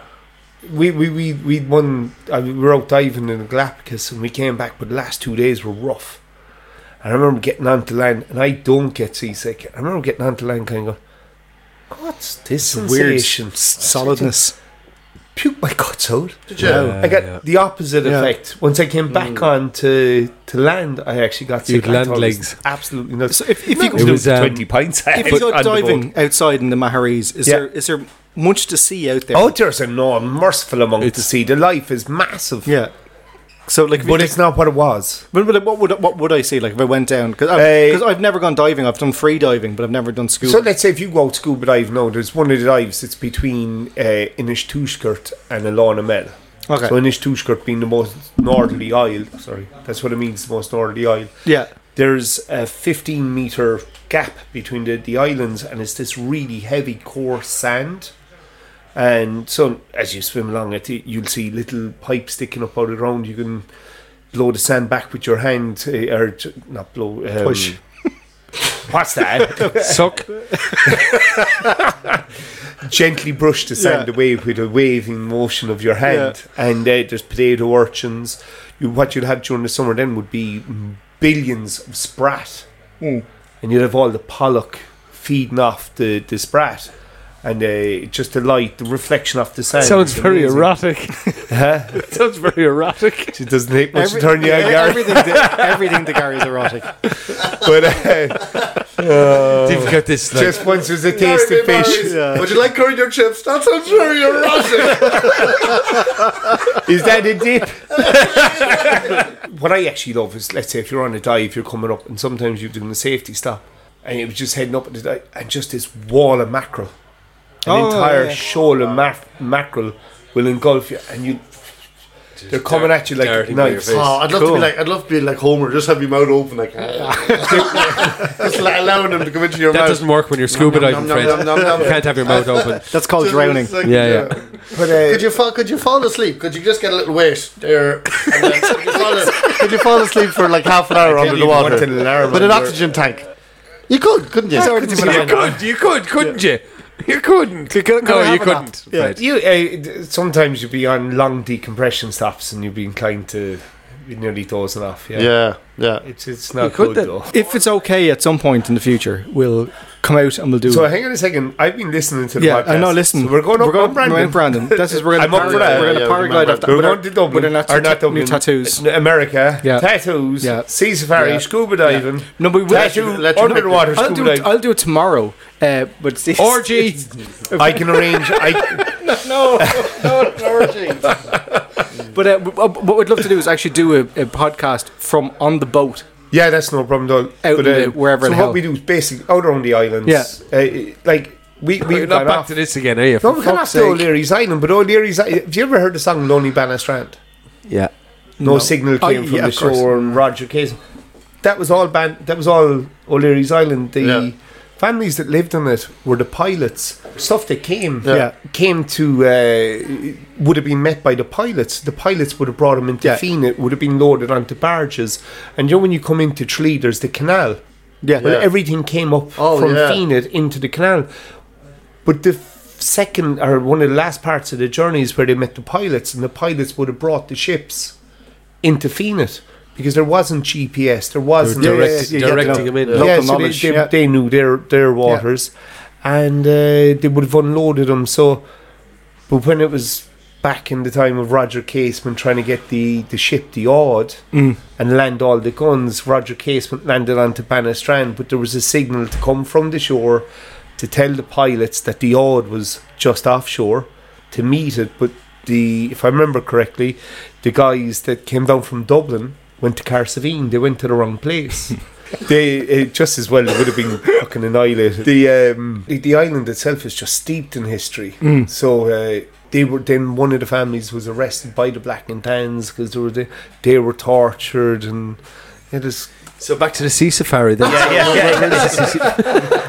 Speaker 6: we we we we won. I mean, we were out diving in the Galapagos, and we came back, but the last two days were rough. I remember getting onto land, and I don't get seasick. I remember getting onto land, kind of going, "What's this
Speaker 2: weird
Speaker 6: sensation?"
Speaker 2: s- solidness.
Speaker 6: Puke my guts out.
Speaker 4: Did you?
Speaker 3: Yeah.
Speaker 6: I got
Speaker 3: yeah.
Speaker 6: the opposite
Speaker 2: Yeah.
Speaker 6: effect. Once I came back on to, to land, I actually got
Speaker 3: You'd
Speaker 6: sick. I
Speaker 3: land
Speaker 6: thought it was
Speaker 3: legs.
Speaker 6: Absolutely not.
Speaker 2: So if, if you
Speaker 3: It
Speaker 2: go,
Speaker 3: was, um,
Speaker 6: pints.
Speaker 2: if you go
Speaker 6: on the boat.
Speaker 2: diving outside in the Maharees, is
Speaker 6: Yeah.
Speaker 2: there is there much to see out there?
Speaker 6: Oh, there's a no merciful amount to
Speaker 3: It's-
Speaker 6: see. The life is massive.
Speaker 2: yeah. So like, if you
Speaker 6: But
Speaker 2: just-
Speaker 6: it's not what it was.
Speaker 2: But, but what would what would I say like if I went down because
Speaker 6: Eh.
Speaker 2: because I've never gone diving I've done free diving but I've never done scuba
Speaker 6: So let's say if you go out scuba dive now, there's one of the dives that's between uh, Inishtushkirt and Alana Mel.
Speaker 2: Okay.
Speaker 6: So Inishtushkert being the most northerly isle, sorry, that's what it means, the most northerly isle.
Speaker 2: yeah.
Speaker 6: There's a 15 meter gap between the, the islands, and it's this really heavy, coarse sand. And so, as you swim along it, y- you'll see little pipes sticking up out of the ground. You can blow the sand back with your hand, eh, or j- not blow. Um,
Speaker 2: Push.
Speaker 6: What's that?
Speaker 5: Suck.
Speaker 6: Gently brush the sand
Speaker 2: Yeah.
Speaker 6: away with a waving motion of your hand. And uh, there's potato urchins. You, what you'd have during the summer then would be billions of sprat.
Speaker 2: Mm.
Speaker 6: and you'd have all the pollock feeding off the, the sprat and uh, just the light, the reflection off the sand.
Speaker 5: Sounds
Speaker 6: It's
Speaker 5: very
Speaker 6: amazing.
Speaker 5: erotic.
Speaker 6: Huh?
Speaker 5: Sounds very erotic.
Speaker 6: It doesn't take much
Speaker 2: Every-
Speaker 6: to turn you
Speaker 2: yeah,
Speaker 6: out, Gary.
Speaker 2: Everything to, everything to Gary is erotic.
Speaker 6: But uh,
Speaker 5: You've got this like,
Speaker 6: just once there's a taste of fish.
Speaker 4: Would you like curry your chips? That sounds very erotic.
Speaker 6: Is that a dip? what I actually love is, let's say, if you're on a dive, you're coming up, and sometimes you're doing the safety stop, and it was just heading up at the dive, and just this wall of mackerel, an
Speaker 2: Oh,
Speaker 6: entire
Speaker 2: yeah.
Speaker 6: shoal of mac- mackerel will engulf you, and you. They're coming at you like
Speaker 3: darting by your
Speaker 6: knives.
Speaker 3: face.
Speaker 4: Oh, I'd love to
Speaker 6: Cool.
Speaker 4: be like, I'd love to be like Homer. Just have your mouth open, like just like allowing them to come into your
Speaker 3: That
Speaker 4: mouth.
Speaker 3: doesn't work when you're scuba
Speaker 4: nom,
Speaker 3: diving,
Speaker 4: nom,
Speaker 3: friend.
Speaker 4: nom, nom, nom.
Speaker 3: You can't have your mouth open.
Speaker 2: That's called
Speaker 4: Just
Speaker 2: drowning.
Speaker 4: a second,
Speaker 3: Yeah, yeah.
Speaker 6: But uh,
Speaker 4: Could you fall? Could you fall asleep? Could you just get a little weight there? And then, could, you fall, could you fall asleep for like half an hour under the water?
Speaker 6: an alarm
Speaker 4: With an
Speaker 6: under-
Speaker 4: oxygen tank. You could, couldn't you?
Speaker 5: you could, you could, couldn't you? You couldn't. no, you couldn't. Fred.
Speaker 6: you uh, d- sometimes you'd be on long decompression stops, and you'd be inclined to be nearly dozing off. Yeah,
Speaker 4: Yeah, yeah.
Speaker 6: it's it's not
Speaker 3: could
Speaker 6: good
Speaker 3: then.
Speaker 6: though.
Speaker 2: If it's okay at some point in the future, we'll come out and we'll do.
Speaker 6: So hang on a second. I've been listening to the
Speaker 2: yeah,
Speaker 6: podcast.
Speaker 2: I know. Listen,
Speaker 6: So we're going up
Speaker 2: we're
Speaker 6: on
Speaker 2: going
Speaker 6: Brandon.
Speaker 2: Mount Brandon. That's just we're gonna.
Speaker 6: I'm up for
Speaker 2: parag-
Speaker 6: that.
Speaker 2: We're gonna
Speaker 4: Yeah, yeah,
Speaker 2: paraglide
Speaker 4: yeah.
Speaker 2: off that.
Speaker 6: We're
Speaker 2: with our-
Speaker 6: going to Dublin.
Speaker 2: with our nat-
Speaker 6: or not Dublin.
Speaker 2: new tattoos.
Speaker 6: N- America.
Speaker 2: Yeah.
Speaker 6: Tattoos.
Speaker 2: Yeah.
Speaker 6: Sea safari.
Speaker 2: Yeah.
Speaker 6: Scuba diving.
Speaker 2: No, but we will.
Speaker 6: Tattoo.
Speaker 4: Let you-
Speaker 6: underwater
Speaker 2: I'll
Speaker 6: scuba
Speaker 2: do it.
Speaker 6: diving.
Speaker 2: I'll do it tomorrow. Uh, but see,
Speaker 5: Orgy.
Speaker 6: I can arrange. I,
Speaker 2: no, no, orgy. but uh, w- w- what we'd love to do is actually do a, a podcast from on the boat.
Speaker 6: yeah, that's no problem. Though.
Speaker 2: Out in the- wherever
Speaker 6: uh, So
Speaker 2: in
Speaker 6: what
Speaker 2: hell.
Speaker 6: we do is basically out around the islands.
Speaker 2: Yeah.
Speaker 6: Uh, like we we
Speaker 5: You're not
Speaker 6: gone
Speaker 5: back
Speaker 6: off.
Speaker 5: to this again,
Speaker 3: eh,
Speaker 5: are you?
Speaker 6: No, we can
Speaker 2: fuck's
Speaker 6: have to
Speaker 2: sake.
Speaker 6: O'Leary's Island, but O'Leary's Island. Have you ever heard the song Lonely Banner Strand?
Speaker 3: Yeah.
Speaker 6: No,
Speaker 2: No.
Speaker 6: signal
Speaker 2: Oh,
Speaker 6: came from
Speaker 2: yeah,
Speaker 6: the
Speaker 2: of course.
Speaker 6: shore and Roger Casey. That was all ban- that was all O'Leary's Island. The
Speaker 4: Yeah.
Speaker 6: families that lived on it were the pilots. Stuff that came
Speaker 4: Yeah. Yeah.
Speaker 6: came to uh, would have been met by the pilots. The pilots would have brought them into
Speaker 2: Yeah.
Speaker 6: Fina, it would have been loaded onto barges. And you know when you come into Tralee there's the canal.
Speaker 2: Yeah.
Speaker 6: Well,
Speaker 4: Yeah.
Speaker 6: everything came up
Speaker 4: Oh,
Speaker 6: from
Speaker 4: yeah.
Speaker 6: Phoenix into the canal. But the f- second, or one of the last parts of the journey is where they met the pilots, and the pilots would have brought the ships into Phoenix because there wasn't GPS, there wasn't
Speaker 2: Yeah, yeah,
Speaker 6: direct-
Speaker 2: yeah, yeah,
Speaker 3: directing
Speaker 2: yeah.
Speaker 3: them in.
Speaker 2: Local
Speaker 6: yeah, so they-
Speaker 2: knowledge.
Speaker 6: They,
Speaker 2: yeah.
Speaker 6: they knew their their waters, and uh, they would have unloaded them. So, but when it was back in the time of Roger Caseman trying to get the, the ship, the Odd, and land all the guns, Roger Caseman landed onto Banner Strand, but there was a signal to come from the shore to tell the pilots that the Odd was just offshore to meet it. But the, if I remember correctly, the guys that came down from Dublin went to Carsavine. They went to the wrong place. they it just as well would have been fucking annihilated. The um, the, the island itself is just steeped in history. So uh, they were then one of the families was arrested by the Black and Tans because they were they, they were tortured and it is
Speaker 3: So back to the sea safari then.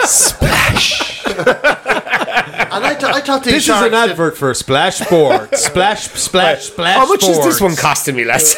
Speaker 6: splash.
Speaker 4: And I, th- I thought these
Speaker 5: This is an
Speaker 4: sharks-
Speaker 5: advert for Splashboard. Splash, splash, splash.
Speaker 6: How much is this one costing me, lads?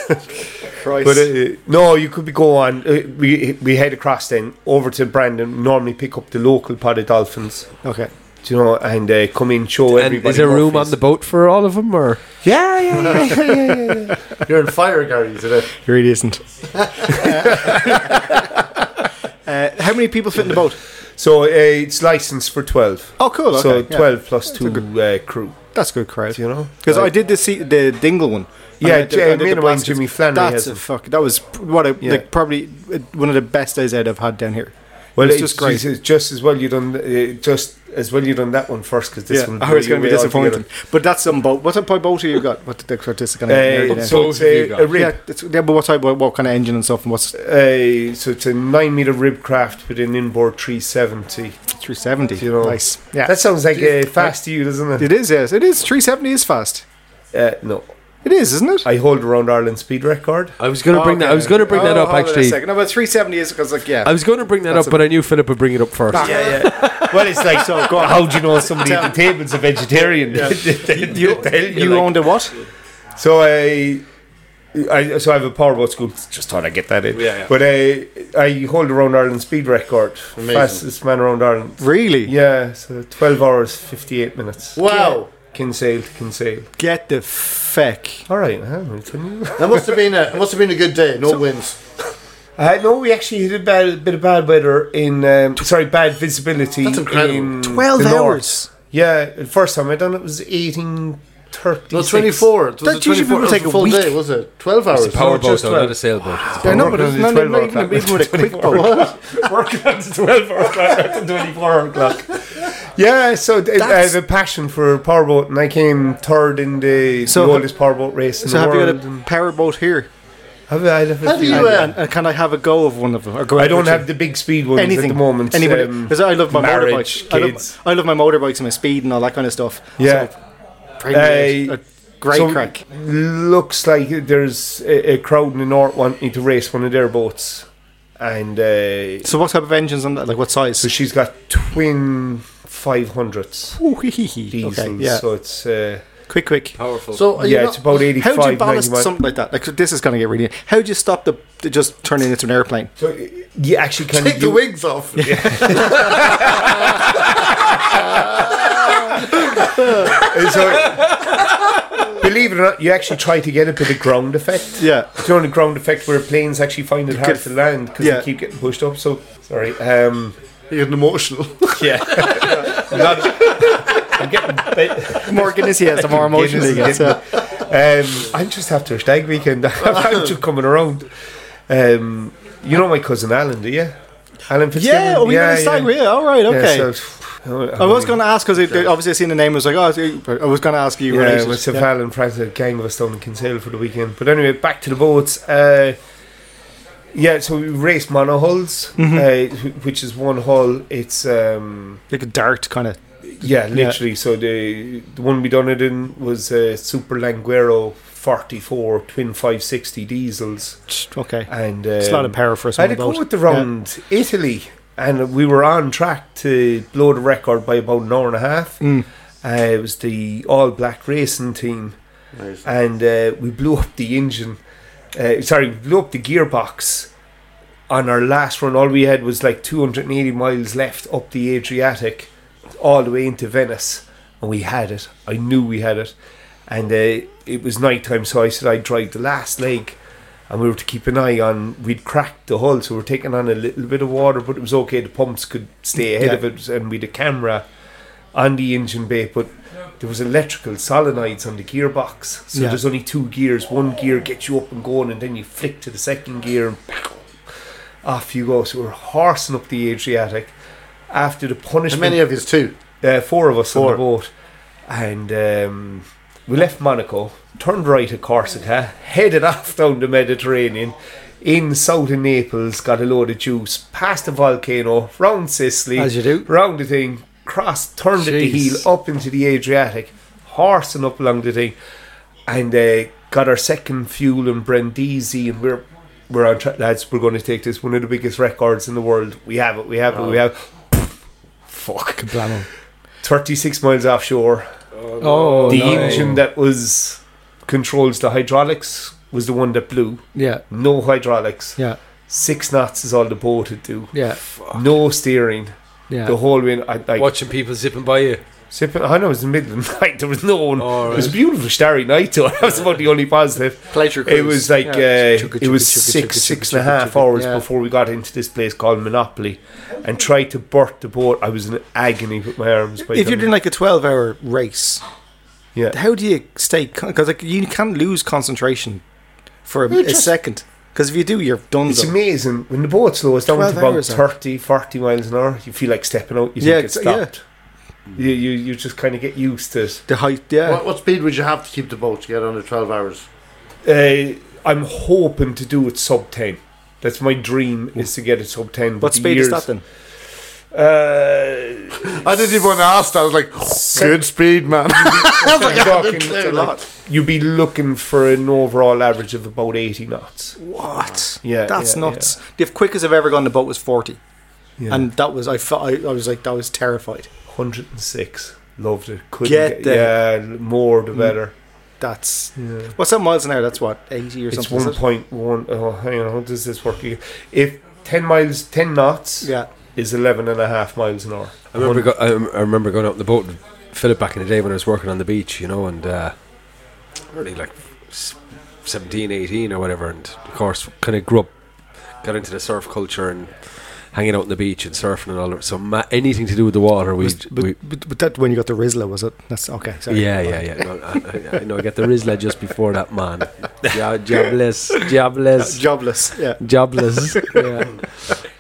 Speaker 6: But uh, no, you could be going. Uh, we we head across then over to Brandon. Normally pick up the local potted dolphins,
Speaker 2: Okay.
Speaker 6: do you know, and uh, come in show
Speaker 3: And
Speaker 6: everybody.
Speaker 3: is there room
Speaker 6: Murphy's.
Speaker 3: on the boat for all of them, or
Speaker 6: Yeah, yeah, yeah, yeah, yeah, yeah, yeah.
Speaker 4: You're in fire, Gary, today.
Speaker 2: It really isn't. uh, how many people fit in the boat?
Speaker 6: So uh, it's licensed for twelve.
Speaker 2: Oh, cool.
Speaker 6: so
Speaker 2: okay, yeah.
Speaker 6: twelve plus two uh, crew.
Speaker 2: That's a good crowd.
Speaker 6: Do you know?
Speaker 2: Because I
Speaker 6: Like-
Speaker 2: did the se- the Dingle one. And
Speaker 6: Yeah,
Speaker 2: I did-
Speaker 6: J-
Speaker 2: I did
Speaker 6: me
Speaker 2: the
Speaker 6: and mine,
Speaker 2: baskets.
Speaker 6: Jimmy Flannery has
Speaker 2: That's a
Speaker 6: them.
Speaker 2: fuck. That was p- what I
Speaker 6: Yeah.
Speaker 2: like. Probably uh, one of the best days I'd have had down here.
Speaker 6: Well,
Speaker 2: it's
Speaker 6: it's
Speaker 2: just great.
Speaker 6: It's just as well you done. Uh, just as well you done that one first because this
Speaker 2: yeah,
Speaker 6: one.
Speaker 2: oh, it's going to be
Speaker 6: blew you away
Speaker 2: disappointing. But that's some boat. What type of boat have you got? What the what this kind of?
Speaker 6: altogether. Uh, so it's
Speaker 5: Both of you
Speaker 6: a,
Speaker 5: got.
Speaker 6: a
Speaker 2: yeah,
Speaker 6: rib.
Speaker 2: it's, yeah, but what type? What, what kind of engine and stuff? And what's
Speaker 6: Uh, so it's a nine meter rib craft with an inboard three seventy.
Speaker 2: three seventy?
Speaker 6: You know.
Speaker 2: nice. Yeah,
Speaker 6: That sounds like uh, fast to you, doesn't it?
Speaker 2: it is. Yes, it is. Three seventy is fast.
Speaker 6: Uh, no,
Speaker 2: It is, isn't it?
Speaker 6: I hold around Ireland speed record.
Speaker 3: I was going to bring that. I was going to bring
Speaker 2: Oh,
Speaker 3: that up actually.
Speaker 2: No, but 370 is because like yeah.
Speaker 3: I was going to bring that
Speaker 2: That's
Speaker 3: up,
Speaker 2: a-
Speaker 3: but I knew Philip would bring it up first.
Speaker 6: Yeah, yeah. well, it's like so. God, how do you know somebody at the table's a vegetarian? you
Speaker 2: you owned a what?
Speaker 6: So I, I so I have a powerboat school. Just thought I'd get that in.
Speaker 3: Yeah, yeah.
Speaker 6: But I I hold around Ireland speed record. Fastest man around Ireland.
Speaker 2: Really?
Speaker 6: Yeah, so twelve hours fifty eight minutes.
Speaker 4: Wow.
Speaker 6: Kinsale to Kinsale.
Speaker 2: Get the feck.
Speaker 6: All right, huh, I'm telling you.
Speaker 4: That must have been a it must have been a good day. No wins.
Speaker 6: Uh, no, we actually hit a bad, bit of bad weather in. Um, sorry, bad visibility.
Speaker 4: That's incredible.
Speaker 6: in
Speaker 2: 12
Speaker 6: the north.
Speaker 2: hours.
Speaker 6: Yeah, the first time I done it was eighteen thirty.
Speaker 4: No, 24. It was
Speaker 2: That
Speaker 4: a
Speaker 2: usually
Speaker 4: 24
Speaker 2: people
Speaker 4: it was
Speaker 2: take
Speaker 4: a
Speaker 2: a
Speaker 4: full
Speaker 2: week.
Speaker 4: day, was it? 12 hours.
Speaker 3: It's a powerboat,
Speaker 6: just
Speaker 3: though,
Speaker 6: twelve.
Speaker 3: not a sailboat.
Speaker 2: I know, but
Speaker 6: Working
Speaker 2: it's
Speaker 6: on
Speaker 2: not,
Speaker 6: the
Speaker 2: not
Speaker 6: 12
Speaker 2: even,
Speaker 6: o'clock.
Speaker 2: even with a quick boat.
Speaker 6: working on the 12 hour clock, the 24 hour clock. Yeah, so th- I
Speaker 2: That's-
Speaker 6: have a passion for powerboat, and I came third in the,
Speaker 2: So
Speaker 6: the
Speaker 2: ha-
Speaker 6: oldest powerboat race in
Speaker 2: So
Speaker 6: the
Speaker 2: have you
Speaker 6: world.
Speaker 2: got a powerboat here?
Speaker 6: have I, have a
Speaker 4: How do
Speaker 6: few-
Speaker 4: you,
Speaker 6: I-
Speaker 4: uh,
Speaker 2: And, and can I have a go of one of them? Or go
Speaker 6: I
Speaker 2: out
Speaker 6: don't
Speaker 2: with
Speaker 6: have
Speaker 2: you?
Speaker 6: the big speed ones
Speaker 2: anything
Speaker 6: at the moment.
Speaker 2: Anybody?
Speaker 6: um,
Speaker 2: Because I love my
Speaker 6: marriage,
Speaker 2: motorbikes. I
Speaker 6: kids.
Speaker 2: love, I love my motorbikes and my speed and all that kind of stuff.
Speaker 6: Yeah.
Speaker 2: So, brilliant.
Speaker 6: Uh,
Speaker 2: a great
Speaker 6: so
Speaker 2: crack.
Speaker 6: Looks like there's a, a crowd in the north wanting to race one of their boats, and uh,
Speaker 2: So what type of engines on that? Like what size?
Speaker 6: so she's got twin 500s
Speaker 2: Ooh, hee, hee, hee.
Speaker 6: diesels.
Speaker 2: okay, yeah.
Speaker 6: So it's uh,
Speaker 2: quick, quick.
Speaker 3: Powerful.
Speaker 4: so are you
Speaker 6: yeah,
Speaker 4: not-
Speaker 6: it's about 85.
Speaker 2: How do you ballast
Speaker 6: 90
Speaker 2: something like that? Like this is going to get really. How do you stop the, the just turning into an airplane?
Speaker 6: So uh, you actually can
Speaker 4: take the
Speaker 6: you-
Speaker 4: wings off.
Speaker 6: so, believe it or not, you actually try to get a bit of ground effect.
Speaker 2: Yeah.
Speaker 6: It's the only ground effect where planes actually find it hard
Speaker 2: get-
Speaker 6: to land because
Speaker 2: yeah.
Speaker 6: they keep getting pushed up. So, sorry. Um,
Speaker 4: You're getting emotional.
Speaker 6: yeah. I'm, not- I'm getting. bit-
Speaker 2: More Guinness, yes, the more
Speaker 6: Guinness
Speaker 2: emotional you get.
Speaker 6: is
Speaker 2: So.
Speaker 6: Um, I'm just after a stag weekend. I'm just coming around. Um, you know my cousin Alan, do you? Alan Fitzgerald.
Speaker 2: Yeah, oh, we yeah, got a stag. Yeah, all right, okay.
Speaker 6: Yeah, so-
Speaker 2: I was going to ask because obviously I seen the name. I was like, oh, it's- I was going to ask you.
Speaker 6: Yeah,
Speaker 2: related.
Speaker 6: with
Speaker 2: Yeah.
Speaker 6: Saval and Francis, a gang of us down in Kinsale for the weekend. But anyway, back to the boats. Uh, yeah, so we race monohulls,
Speaker 2: Mm-hmm.
Speaker 6: uh, wh- which is one hull. It's um,
Speaker 2: like a dart kind of.
Speaker 6: yeah, literally. So the the one we done it in was uh, Super Languero forty four twin five sixty diesels,
Speaker 2: Okay,
Speaker 6: and
Speaker 2: it's a lot
Speaker 6: um,
Speaker 2: of power for a
Speaker 6: I
Speaker 2: small
Speaker 6: had a go
Speaker 2: boat.
Speaker 6: at the round Italy, and we were on track to blow the record by about an hour and a half.
Speaker 2: Mm.
Speaker 6: Uh, it was the all black racing team, and uh, we blew up the engine. Uh, sorry, we blew up the gearbox on our last run. All we had was like 280 miles left up the Adriatic, all the way into Venice, and we had it. I knew we had it, and uh, it was night time, so I said I'd drive the last leg and we were to keep an eye on. We'd cracked the hull, so we were taking on a little bit of water, but it was okay. The pumps could stay ahead
Speaker 2: Yeah.
Speaker 6: of it, and we had a camera on the engine bay, but there was electrical solenoids on the gearbox, so
Speaker 2: Yeah.
Speaker 6: there's only two gears. One gear gets you up and going, and then you flick to the second gear, and off you go. So we're horsing up the Adriatic. After the
Speaker 4: How
Speaker 6: punishment,
Speaker 4: many of you too?
Speaker 6: uh, four of us on
Speaker 4: Four.
Speaker 6: the boat, and um, we left Monaco, turned right at Corsica, headed off down the Mediterranean, in south of Naples, got a load of juice, past the volcano, round Sicily,
Speaker 2: As you do.
Speaker 6: round the thing, crossed, turned at the heel,
Speaker 2: Jeez.
Speaker 6: up into the Adriatic, horsing up along the thing, and uh, got our second fuel in Brindisi, and we're we're on track, lads. We're going to take this one of the biggest records in the world. We have it. We have it. We have. Fuck.
Speaker 2: Blammo.
Speaker 6: 36 miles offshore.
Speaker 2: Oh,
Speaker 6: the
Speaker 2: no.
Speaker 6: engine that was controls the hydraulics was the one that blew.
Speaker 2: Yeah,
Speaker 6: No hydraulics.
Speaker 2: yeah,
Speaker 6: Six knots is all the boat would do.
Speaker 2: yeah,
Speaker 6: No steering.
Speaker 2: yeah.
Speaker 6: The whole way. I like
Speaker 3: Watching people zipping by you.
Speaker 6: sipping. I know it was the middle of the night. There was no one.
Speaker 3: All
Speaker 6: It was a
Speaker 3: right.
Speaker 6: beautiful starry night though. That was about the only positive.
Speaker 2: Pleasure
Speaker 6: It was like
Speaker 2: Yeah.
Speaker 6: uh,
Speaker 2: Chugga,
Speaker 6: it was
Speaker 2: chugga, chugga,
Speaker 6: six
Speaker 2: chugga,
Speaker 6: six
Speaker 2: chugga,
Speaker 6: and a half
Speaker 2: chugga,
Speaker 6: hours
Speaker 2: yeah.
Speaker 6: before we got into this place called Monopoly, and tried to birth the boat. I was in agony with my arms. By
Speaker 2: If you're
Speaker 6: then.
Speaker 2: doing like a 12 hour race,
Speaker 6: yeah,
Speaker 2: how do you stay? Because like you can lose concentration for a, a second. Because if you do, you're done.
Speaker 6: It's
Speaker 2: though.
Speaker 6: amazing when the boat slows down to
Speaker 2: 12
Speaker 6: about
Speaker 2: hours, huh?
Speaker 6: 30, 40 miles an hour. You feel like stepping out. You
Speaker 2: Yeah,
Speaker 6: think it's
Speaker 2: exa- yeah.
Speaker 6: stopped. You, you you just kind of get used to it.
Speaker 2: the height. Yeah,
Speaker 4: What, what speed would you have to keep the boat to get under 12 hours?
Speaker 6: Uh, I'm hoping to do it sub ten. That's my dream is to get it sub ten. but
Speaker 2: what
Speaker 6: the
Speaker 2: speed is
Speaker 6: years-
Speaker 2: that then?
Speaker 6: Uh,
Speaker 4: I didn't even ask that. I was like, good speed, man. I was like,
Speaker 6: you're
Speaker 4: "Yeah,
Speaker 6: talking
Speaker 4: that's a
Speaker 6: to, like,
Speaker 4: lot.
Speaker 6: you'd be looking for an overall average of about 80 knots.
Speaker 2: What?
Speaker 6: Yeah,
Speaker 2: that's
Speaker 6: yeah,
Speaker 2: nuts. The quickest I've ever gone on the boat was forty,
Speaker 6: Yeah.
Speaker 2: and that was I felt I, I was like that was terrified.
Speaker 6: 106. Loved it. Couldn't
Speaker 2: Get Mm.
Speaker 6: get,
Speaker 2: the-
Speaker 6: Yeah, more the better.
Speaker 2: That's
Speaker 6: Yeah.
Speaker 2: what's that miles an hour? That's what eighty or
Speaker 6: It's
Speaker 2: something. is it?
Speaker 6: 1.1. Oh, hang on. How does this work? again? If 10 miles, 10 knots
Speaker 2: Yeah,
Speaker 6: is 11 and a half miles an hour.
Speaker 3: I remember, go, I, I remember going out on the boat with Philip back in the day when I was working on the beach, you know, and uh, really like s- 17, 18 or whatever. And of course, kind of grew up, got into the surf culture and hanging out on the beach and surfing and all that. So ma- anything to do with the water, we.
Speaker 2: but,
Speaker 3: we
Speaker 2: but, but that when you got the Rizla was it? That's okay. Sorry.
Speaker 3: yeah, yeah, yeah. No, I, I, I know. I got the Rizla just before that, man. Yeah, jobless, jobless,
Speaker 2: Jobless. Yeah.
Speaker 3: jobless. Yeah.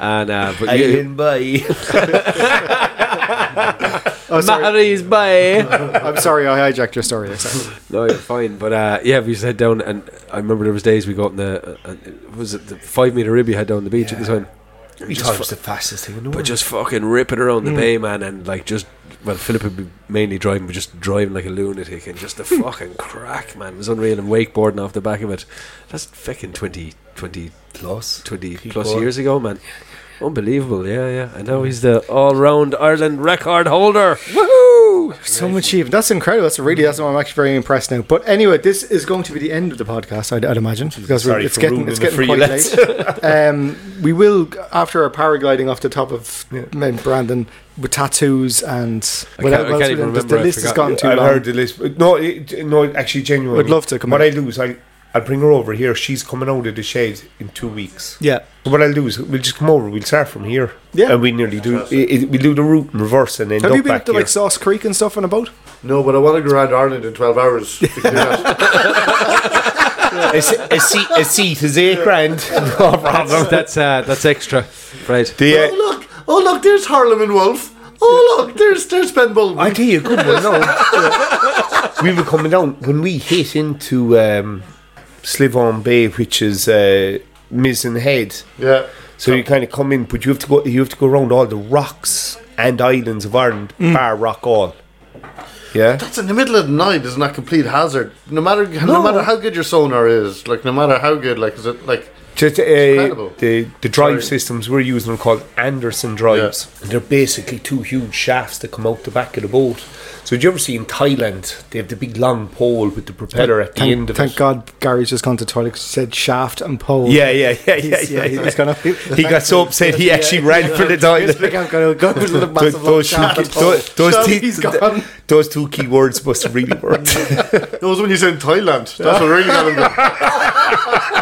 Speaker 3: And uh, but you,
Speaker 6: Island by.
Speaker 2: Oh, sorry.
Speaker 3: Matty's Bay.
Speaker 2: I'm sorry. I hijacked your story. there, Sorry.
Speaker 3: No, you're fine. But uh, yeah, we just head down, and I remember there was days we got in the uh, uh, was it the five meter rib you had down the beach at the time,
Speaker 6: We thought it was the fastest thing in the
Speaker 3: but
Speaker 6: world. Mm.
Speaker 3: just fucking ripping around the bay, man, and like just well, Philip would be mainly driving, but just driving like a lunatic, and just the fucking crack, man, it was unreal, and wakeboarding off the back of it. That's fucking 20, 20,
Speaker 6: Plus.
Speaker 3: 20
Speaker 6: Keep
Speaker 3: plus
Speaker 6: going.
Speaker 3: years ago, man. Unbelievable, yeah, yeah. And now he's the all-round Ireland record holder. Woohoo!
Speaker 2: So much achievement. That's incredible. That's really. That's why I'm actually very impressed now. But anyway, this is going to be the end of the podcast. I'd, I'd imagine because we're,
Speaker 6: Sorry
Speaker 2: it's
Speaker 6: for
Speaker 2: getting
Speaker 6: ruining
Speaker 2: it's
Speaker 6: it for
Speaker 2: getting
Speaker 6: you,
Speaker 2: quite late. um, we will after our paragliding off the top of
Speaker 6: Yeah.
Speaker 2: Mount Brandon with tattoos and
Speaker 3: I can't- I
Speaker 2: else
Speaker 3: can't
Speaker 2: we done.
Speaker 3: even
Speaker 2: The-
Speaker 3: remember.
Speaker 2: The
Speaker 3: I
Speaker 2: list has
Speaker 3: forgot.
Speaker 2: gone too
Speaker 6: I've
Speaker 2: long.
Speaker 6: heard the list. but No, it, no, actually, genuinely.
Speaker 2: I'd love to come
Speaker 6: What
Speaker 2: out.
Speaker 6: I do is I, I'll bring her over here. She's coming out of the shades in two weeks.
Speaker 2: Yeah.
Speaker 6: So what I'll do is we'll just come over. We'll start from here.
Speaker 2: Yeah.
Speaker 6: And we nearly do. It, it, we do the route in reverse and end
Speaker 2: Have
Speaker 6: up
Speaker 2: you been
Speaker 6: back
Speaker 2: to
Speaker 6: here.
Speaker 2: like Sauce Creek and stuff on a boat?
Speaker 4: No, but I want to go around Ireland in 12 hours. We can do that.
Speaker 6: a, se- a seat, a seat is eight grand. No problem.
Speaker 3: That's uh, that's extra, right?
Speaker 6: The, uh,
Speaker 4: oh, look. Oh, look. There's Harlem and Wolf. Oh, look. There's there's Ben Bulbin.
Speaker 6: I tell you, a good one. No, we were uh, coming down when we hit into um, Slivon Bay, which is uh, Mizzen Head.
Speaker 4: yeah.
Speaker 6: So you kind of come in, but you have to go. You have to go around all the rocks and islands of Ireland,
Speaker 4: Mm.
Speaker 6: bar Rock All. Yeah,
Speaker 4: That's in the middle of the night. Isn't that complete hazard? No matter no. matter how good your sonar is, like no matter how good, like is it like
Speaker 6: Just, uh,
Speaker 4: incredible.
Speaker 6: the the drive
Speaker 4: Sorry.
Speaker 6: systems we're using are called Anderson drives. And they're basically two huge shafts that come out the back of the boat. So, did you ever see in Thailand they have the big long pole with the propeller at the
Speaker 2: Thank,
Speaker 6: end of
Speaker 2: thank
Speaker 6: it?
Speaker 2: God Gary's just gone to the toilet 'cause he said shaft and pole.
Speaker 6: Yeah, yeah, yeah, yeah,
Speaker 2: He's-
Speaker 6: yeah.
Speaker 2: yeah, he's gonna-
Speaker 6: he got so upset he actually ran for the toilet.
Speaker 2: Like, I'm gonna go with the
Speaker 6: Those,
Speaker 2: massive
Speaker 6: those, two,
Speaker 2: shaft
Speaker 6: key-
Speaker 2: and pole.
Speaker 6: those, those,
Speaker 2: Shaft,
Speaker 6: te-
Speaker 2: he's gone.
Speaker 6: those two key words must have really worked.
Speaker 4: that was when you said Thailand. That's what really got him. going.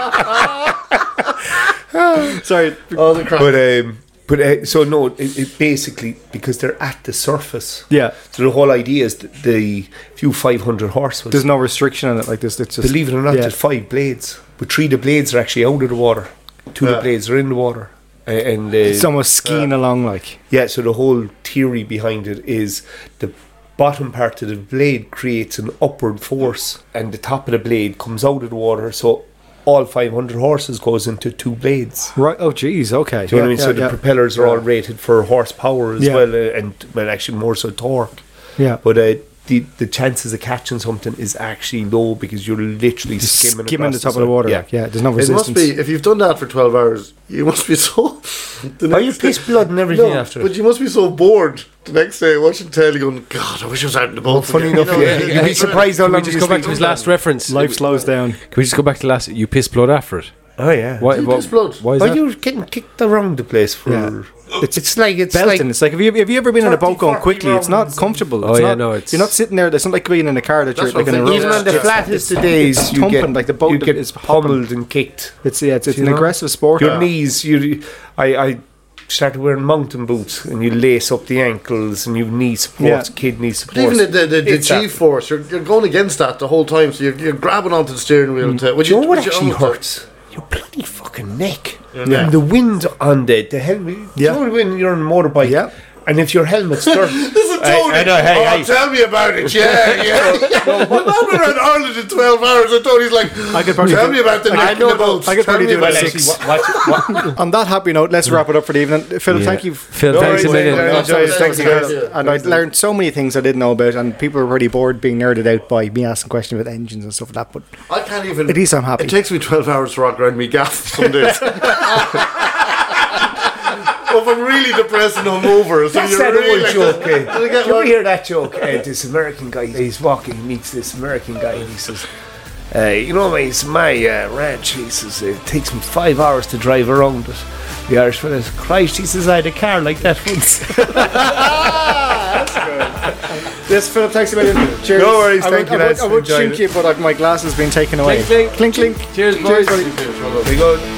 Speaker 2: Sorry.
Speaker 4: Oh, the crap.
Speaker 6: But um, but uh, so no, it, it basically because they're at the surface.
Speaker 2: Yeah.
Speaker 6: So the whole idea is that the few five hundred horse was.
Speaker 2: There's no restriction on it like this. It's just
Speaker 6: believe it or not,
Speaker 2: Yeah.
Speaker 6: there's five blades, but three of the blades are actually out of the water. Two of
Speaker 4: Yeah.
Speaker 6: the blades are in the water, A- and uh,
Speaker 2: It's almost skiing along like.
Speaker 6: yeah. So the whole theory behind it is the bottom part of the blade creates an upward force, and the top of the blade comes out of the water. So all five hundred horses goes into two blades.
Speaker 2: Right. Oh, geez. Okay.
Speaker 6: Do you know
Speaker 2: Yeah,
Speaker 6: what I mean?
Speaker 2: yeah,
Speaker 6: so the propellers are all rated for horsepower as
Speaker 2: Yeah.
Speaker 6: well, uh, and well, actually more so torque.
Speaker 2: yeah.
Speaker 6: But uh, the the chances of catching something is actually low because you're literally
Speaker 2: Just
Speaker 6: skimming,
Speaker 2: skimming the
Speaker 6: across
Speaker 2: top of the water. like,
Speaker 6: surface.
Speaker 2: Yeah. There's no
Speaker 4: It
Speaker 2: resistance.
Speaker 4: must be if you've done that for 12 hours, you must be so. the
Speaker 6: Are you
Speaker 4: next day-
Speaker 6: piss blood and everything
Speaker 4: No,
Speaker 6: after?
Speaker 4: but you must be so bored the next day watching telly going, God, I wish I was out in the boat.
Speaker 6: funny
Speaker 4: again."
Speaker 6: enough, yeah,
Speaker 4: it-
Speaker 6: you'd
Speaker 4: it's
Speaker 6: be
Speaker 4: really-
Speaker 6: surprised how
Speaker 3: Can we
Speaker 6: long
Speaker 3: just go back to his last reference?
Speaker 2: Life slows down.
Speaker 3: Can we just go back to last? You piss blood after it.
Speaker 6: Oh yeah.
Speaker 3: Why?
Speaker 4: Did it
Speaker 3: why-
Speaker 4: explode?
Speaker 3: Why is
Speaker 6: Are
Speaker 3: that?
Speaker 6: you getting kicked around the place for?
Speaker 2: Yeah.
Speaker 6: It's, it's like it's
Speaker 2: Belting.
Speaker 6: like
Speaker 2: it's like have you have you ever been in a boat
Speaker 6: 30,
Speaker 2: going
Speaker 6: 40
Speaker 2: quickly? It's not
Speaker 6: rounds.
Speaker 2: comfortable.
Speaker 3: Oh,
Speaker 2: it's
Speaker 3: yeah,
Speaker 2: not,
Speaker 3: no, it's-
Speaker 2: you're not sitting there. There's not like being in a car that you're
Speaker 4: That's what
Speaker 2: like in
Speaker 4: I'm
Speaker 2: a
Speaker 4: thinking.
Speaker 2: road.
Speaker 6: even on the
Speaker 4: It's-
Speaker 6: flattest of days, you
Speaker 2: thumping,
Speaker 6: get
Speaker 2: like the boat
Speaker 6: you
Speaker 2: that
Speaker 6: get
Speaker 2: is popping.
Speaker 6: pummeled and kicked.
Speaker 2: It's yeah. It's, it's
Speaker 6: You
Speaker 2: an
Speaker 6: know?
Speaker 2: aggressive sport.
Speaker 6: Your knees, you, I, I started wearing mountain boots, and you lace up the ankles, and you have knee supports,
Speaker 2: Yeah.
Speaker 6: kid knee
Speaker 4: But
Speaker 6: supports.
Speaker 4: even the, the, the, the
Speaker 6: It's
Speaker 4: G
Speaker 6: that-
Speaker 4: force, you're, you're going against that the whole time, so you're, you're grabbing onto the steering wheel. To, would
Speaker 6: Do Mm. you know what
Speaker 4: would
Speaker 6: actually
Speaker 4: almost have-
Speaker 6: hurts? Your bloody fucking neck.
Speaker 4: Yeah.
Speaker 6: And the wind on the the helmet.
Speaker 2: Yeah.
Speaker 6: You know when you're on a motorbike
Speaker 2: Yeah.
Speaker 6: And if your helmet's dirty,
Speaker 4: This is Tony.
Speaker 6: I, I know, hey,
Speaker 4: oh,
Speaker 6: hey.
Speaker 4: tell me about it. Yeah, yeah. yeah. Well, I've been around Ireland in 12 hours, and Tony's like, I
Speaker 2: could probably
Speaker 4: tell
Speaker 2: do-
Speaker 4: me about the
Speaker 2: I
Speaker 4: night in
Speaker 2: could-
Speaker 4: the boats.
Speaker 2: I could
Speaker 4: Tell
Speaker 2: probably
Speaker 4: me
Speaker 2: do
Speaker 4: about
Speaker 2: that.
Speaker 4: it."
Speaker 2: Six.
Speaker 6: What- what- what-
Speaker 2: On that happy note, let's wrap it up for the evening. Phil, thank you.
Speaker 3: Phil, thanks a
Speaker 6: worries,
Speaker 3: million.
Speaker 6: no worries.
Speaker 2: Thanks,
Speaker 6: Thanks,
Speaker 2: thanks,
Speaker 6: guys.
Speaker 2: guys. And I learned so many things I didn't know about, and people are really bored being nerded out by me asking questions about engines and stuff like that. But
Speaker 4: I can't even.
Speaker 2: At least I'm happy.
Speaker 4: It takes me 12 hours to rock around me gaff some days. if I'm really depressed and hungover, so
Speaker 6: That's
Speaker 4: you're
Speaker 6: that
Speaker 4: really
Speaker 6: old
Speaker 4: like
Speaker 6: joke. eh?
Speaker 4: Did I get
Speaker 6: Did you
Speaker 4: one?
Speaker 6: hear that joke? eh? this American guy, he's walking, he meets this American guy, and he says, uh, "You know, mate, it's my uh, ranch." He says, "It takes me five hours to drive around it." The Irish fella says, "Christ," he says, "I had a car like that once."
Speaker 2: This Philip, thanks a million. Cheers.
Speaker 6: No worries,
Speaker 2: I
Speaker 6: thank
Speaker 2: would,
Speaker 6: you,
Speaker 2: I would,
Speaker 6: lads.
Speaker 2: I would
Speaker 6: Enjoyed
Speaker 2: shoot you, but I've, my glass has been taken away.
Speaker 3: Clink, clink.
Speaker 2: clink.
Speaker 3: Cheers,
Speaker 2: Cheers,
Speaker 3: boys.
Speaker 2: buddy.
Speaker 4: Be good.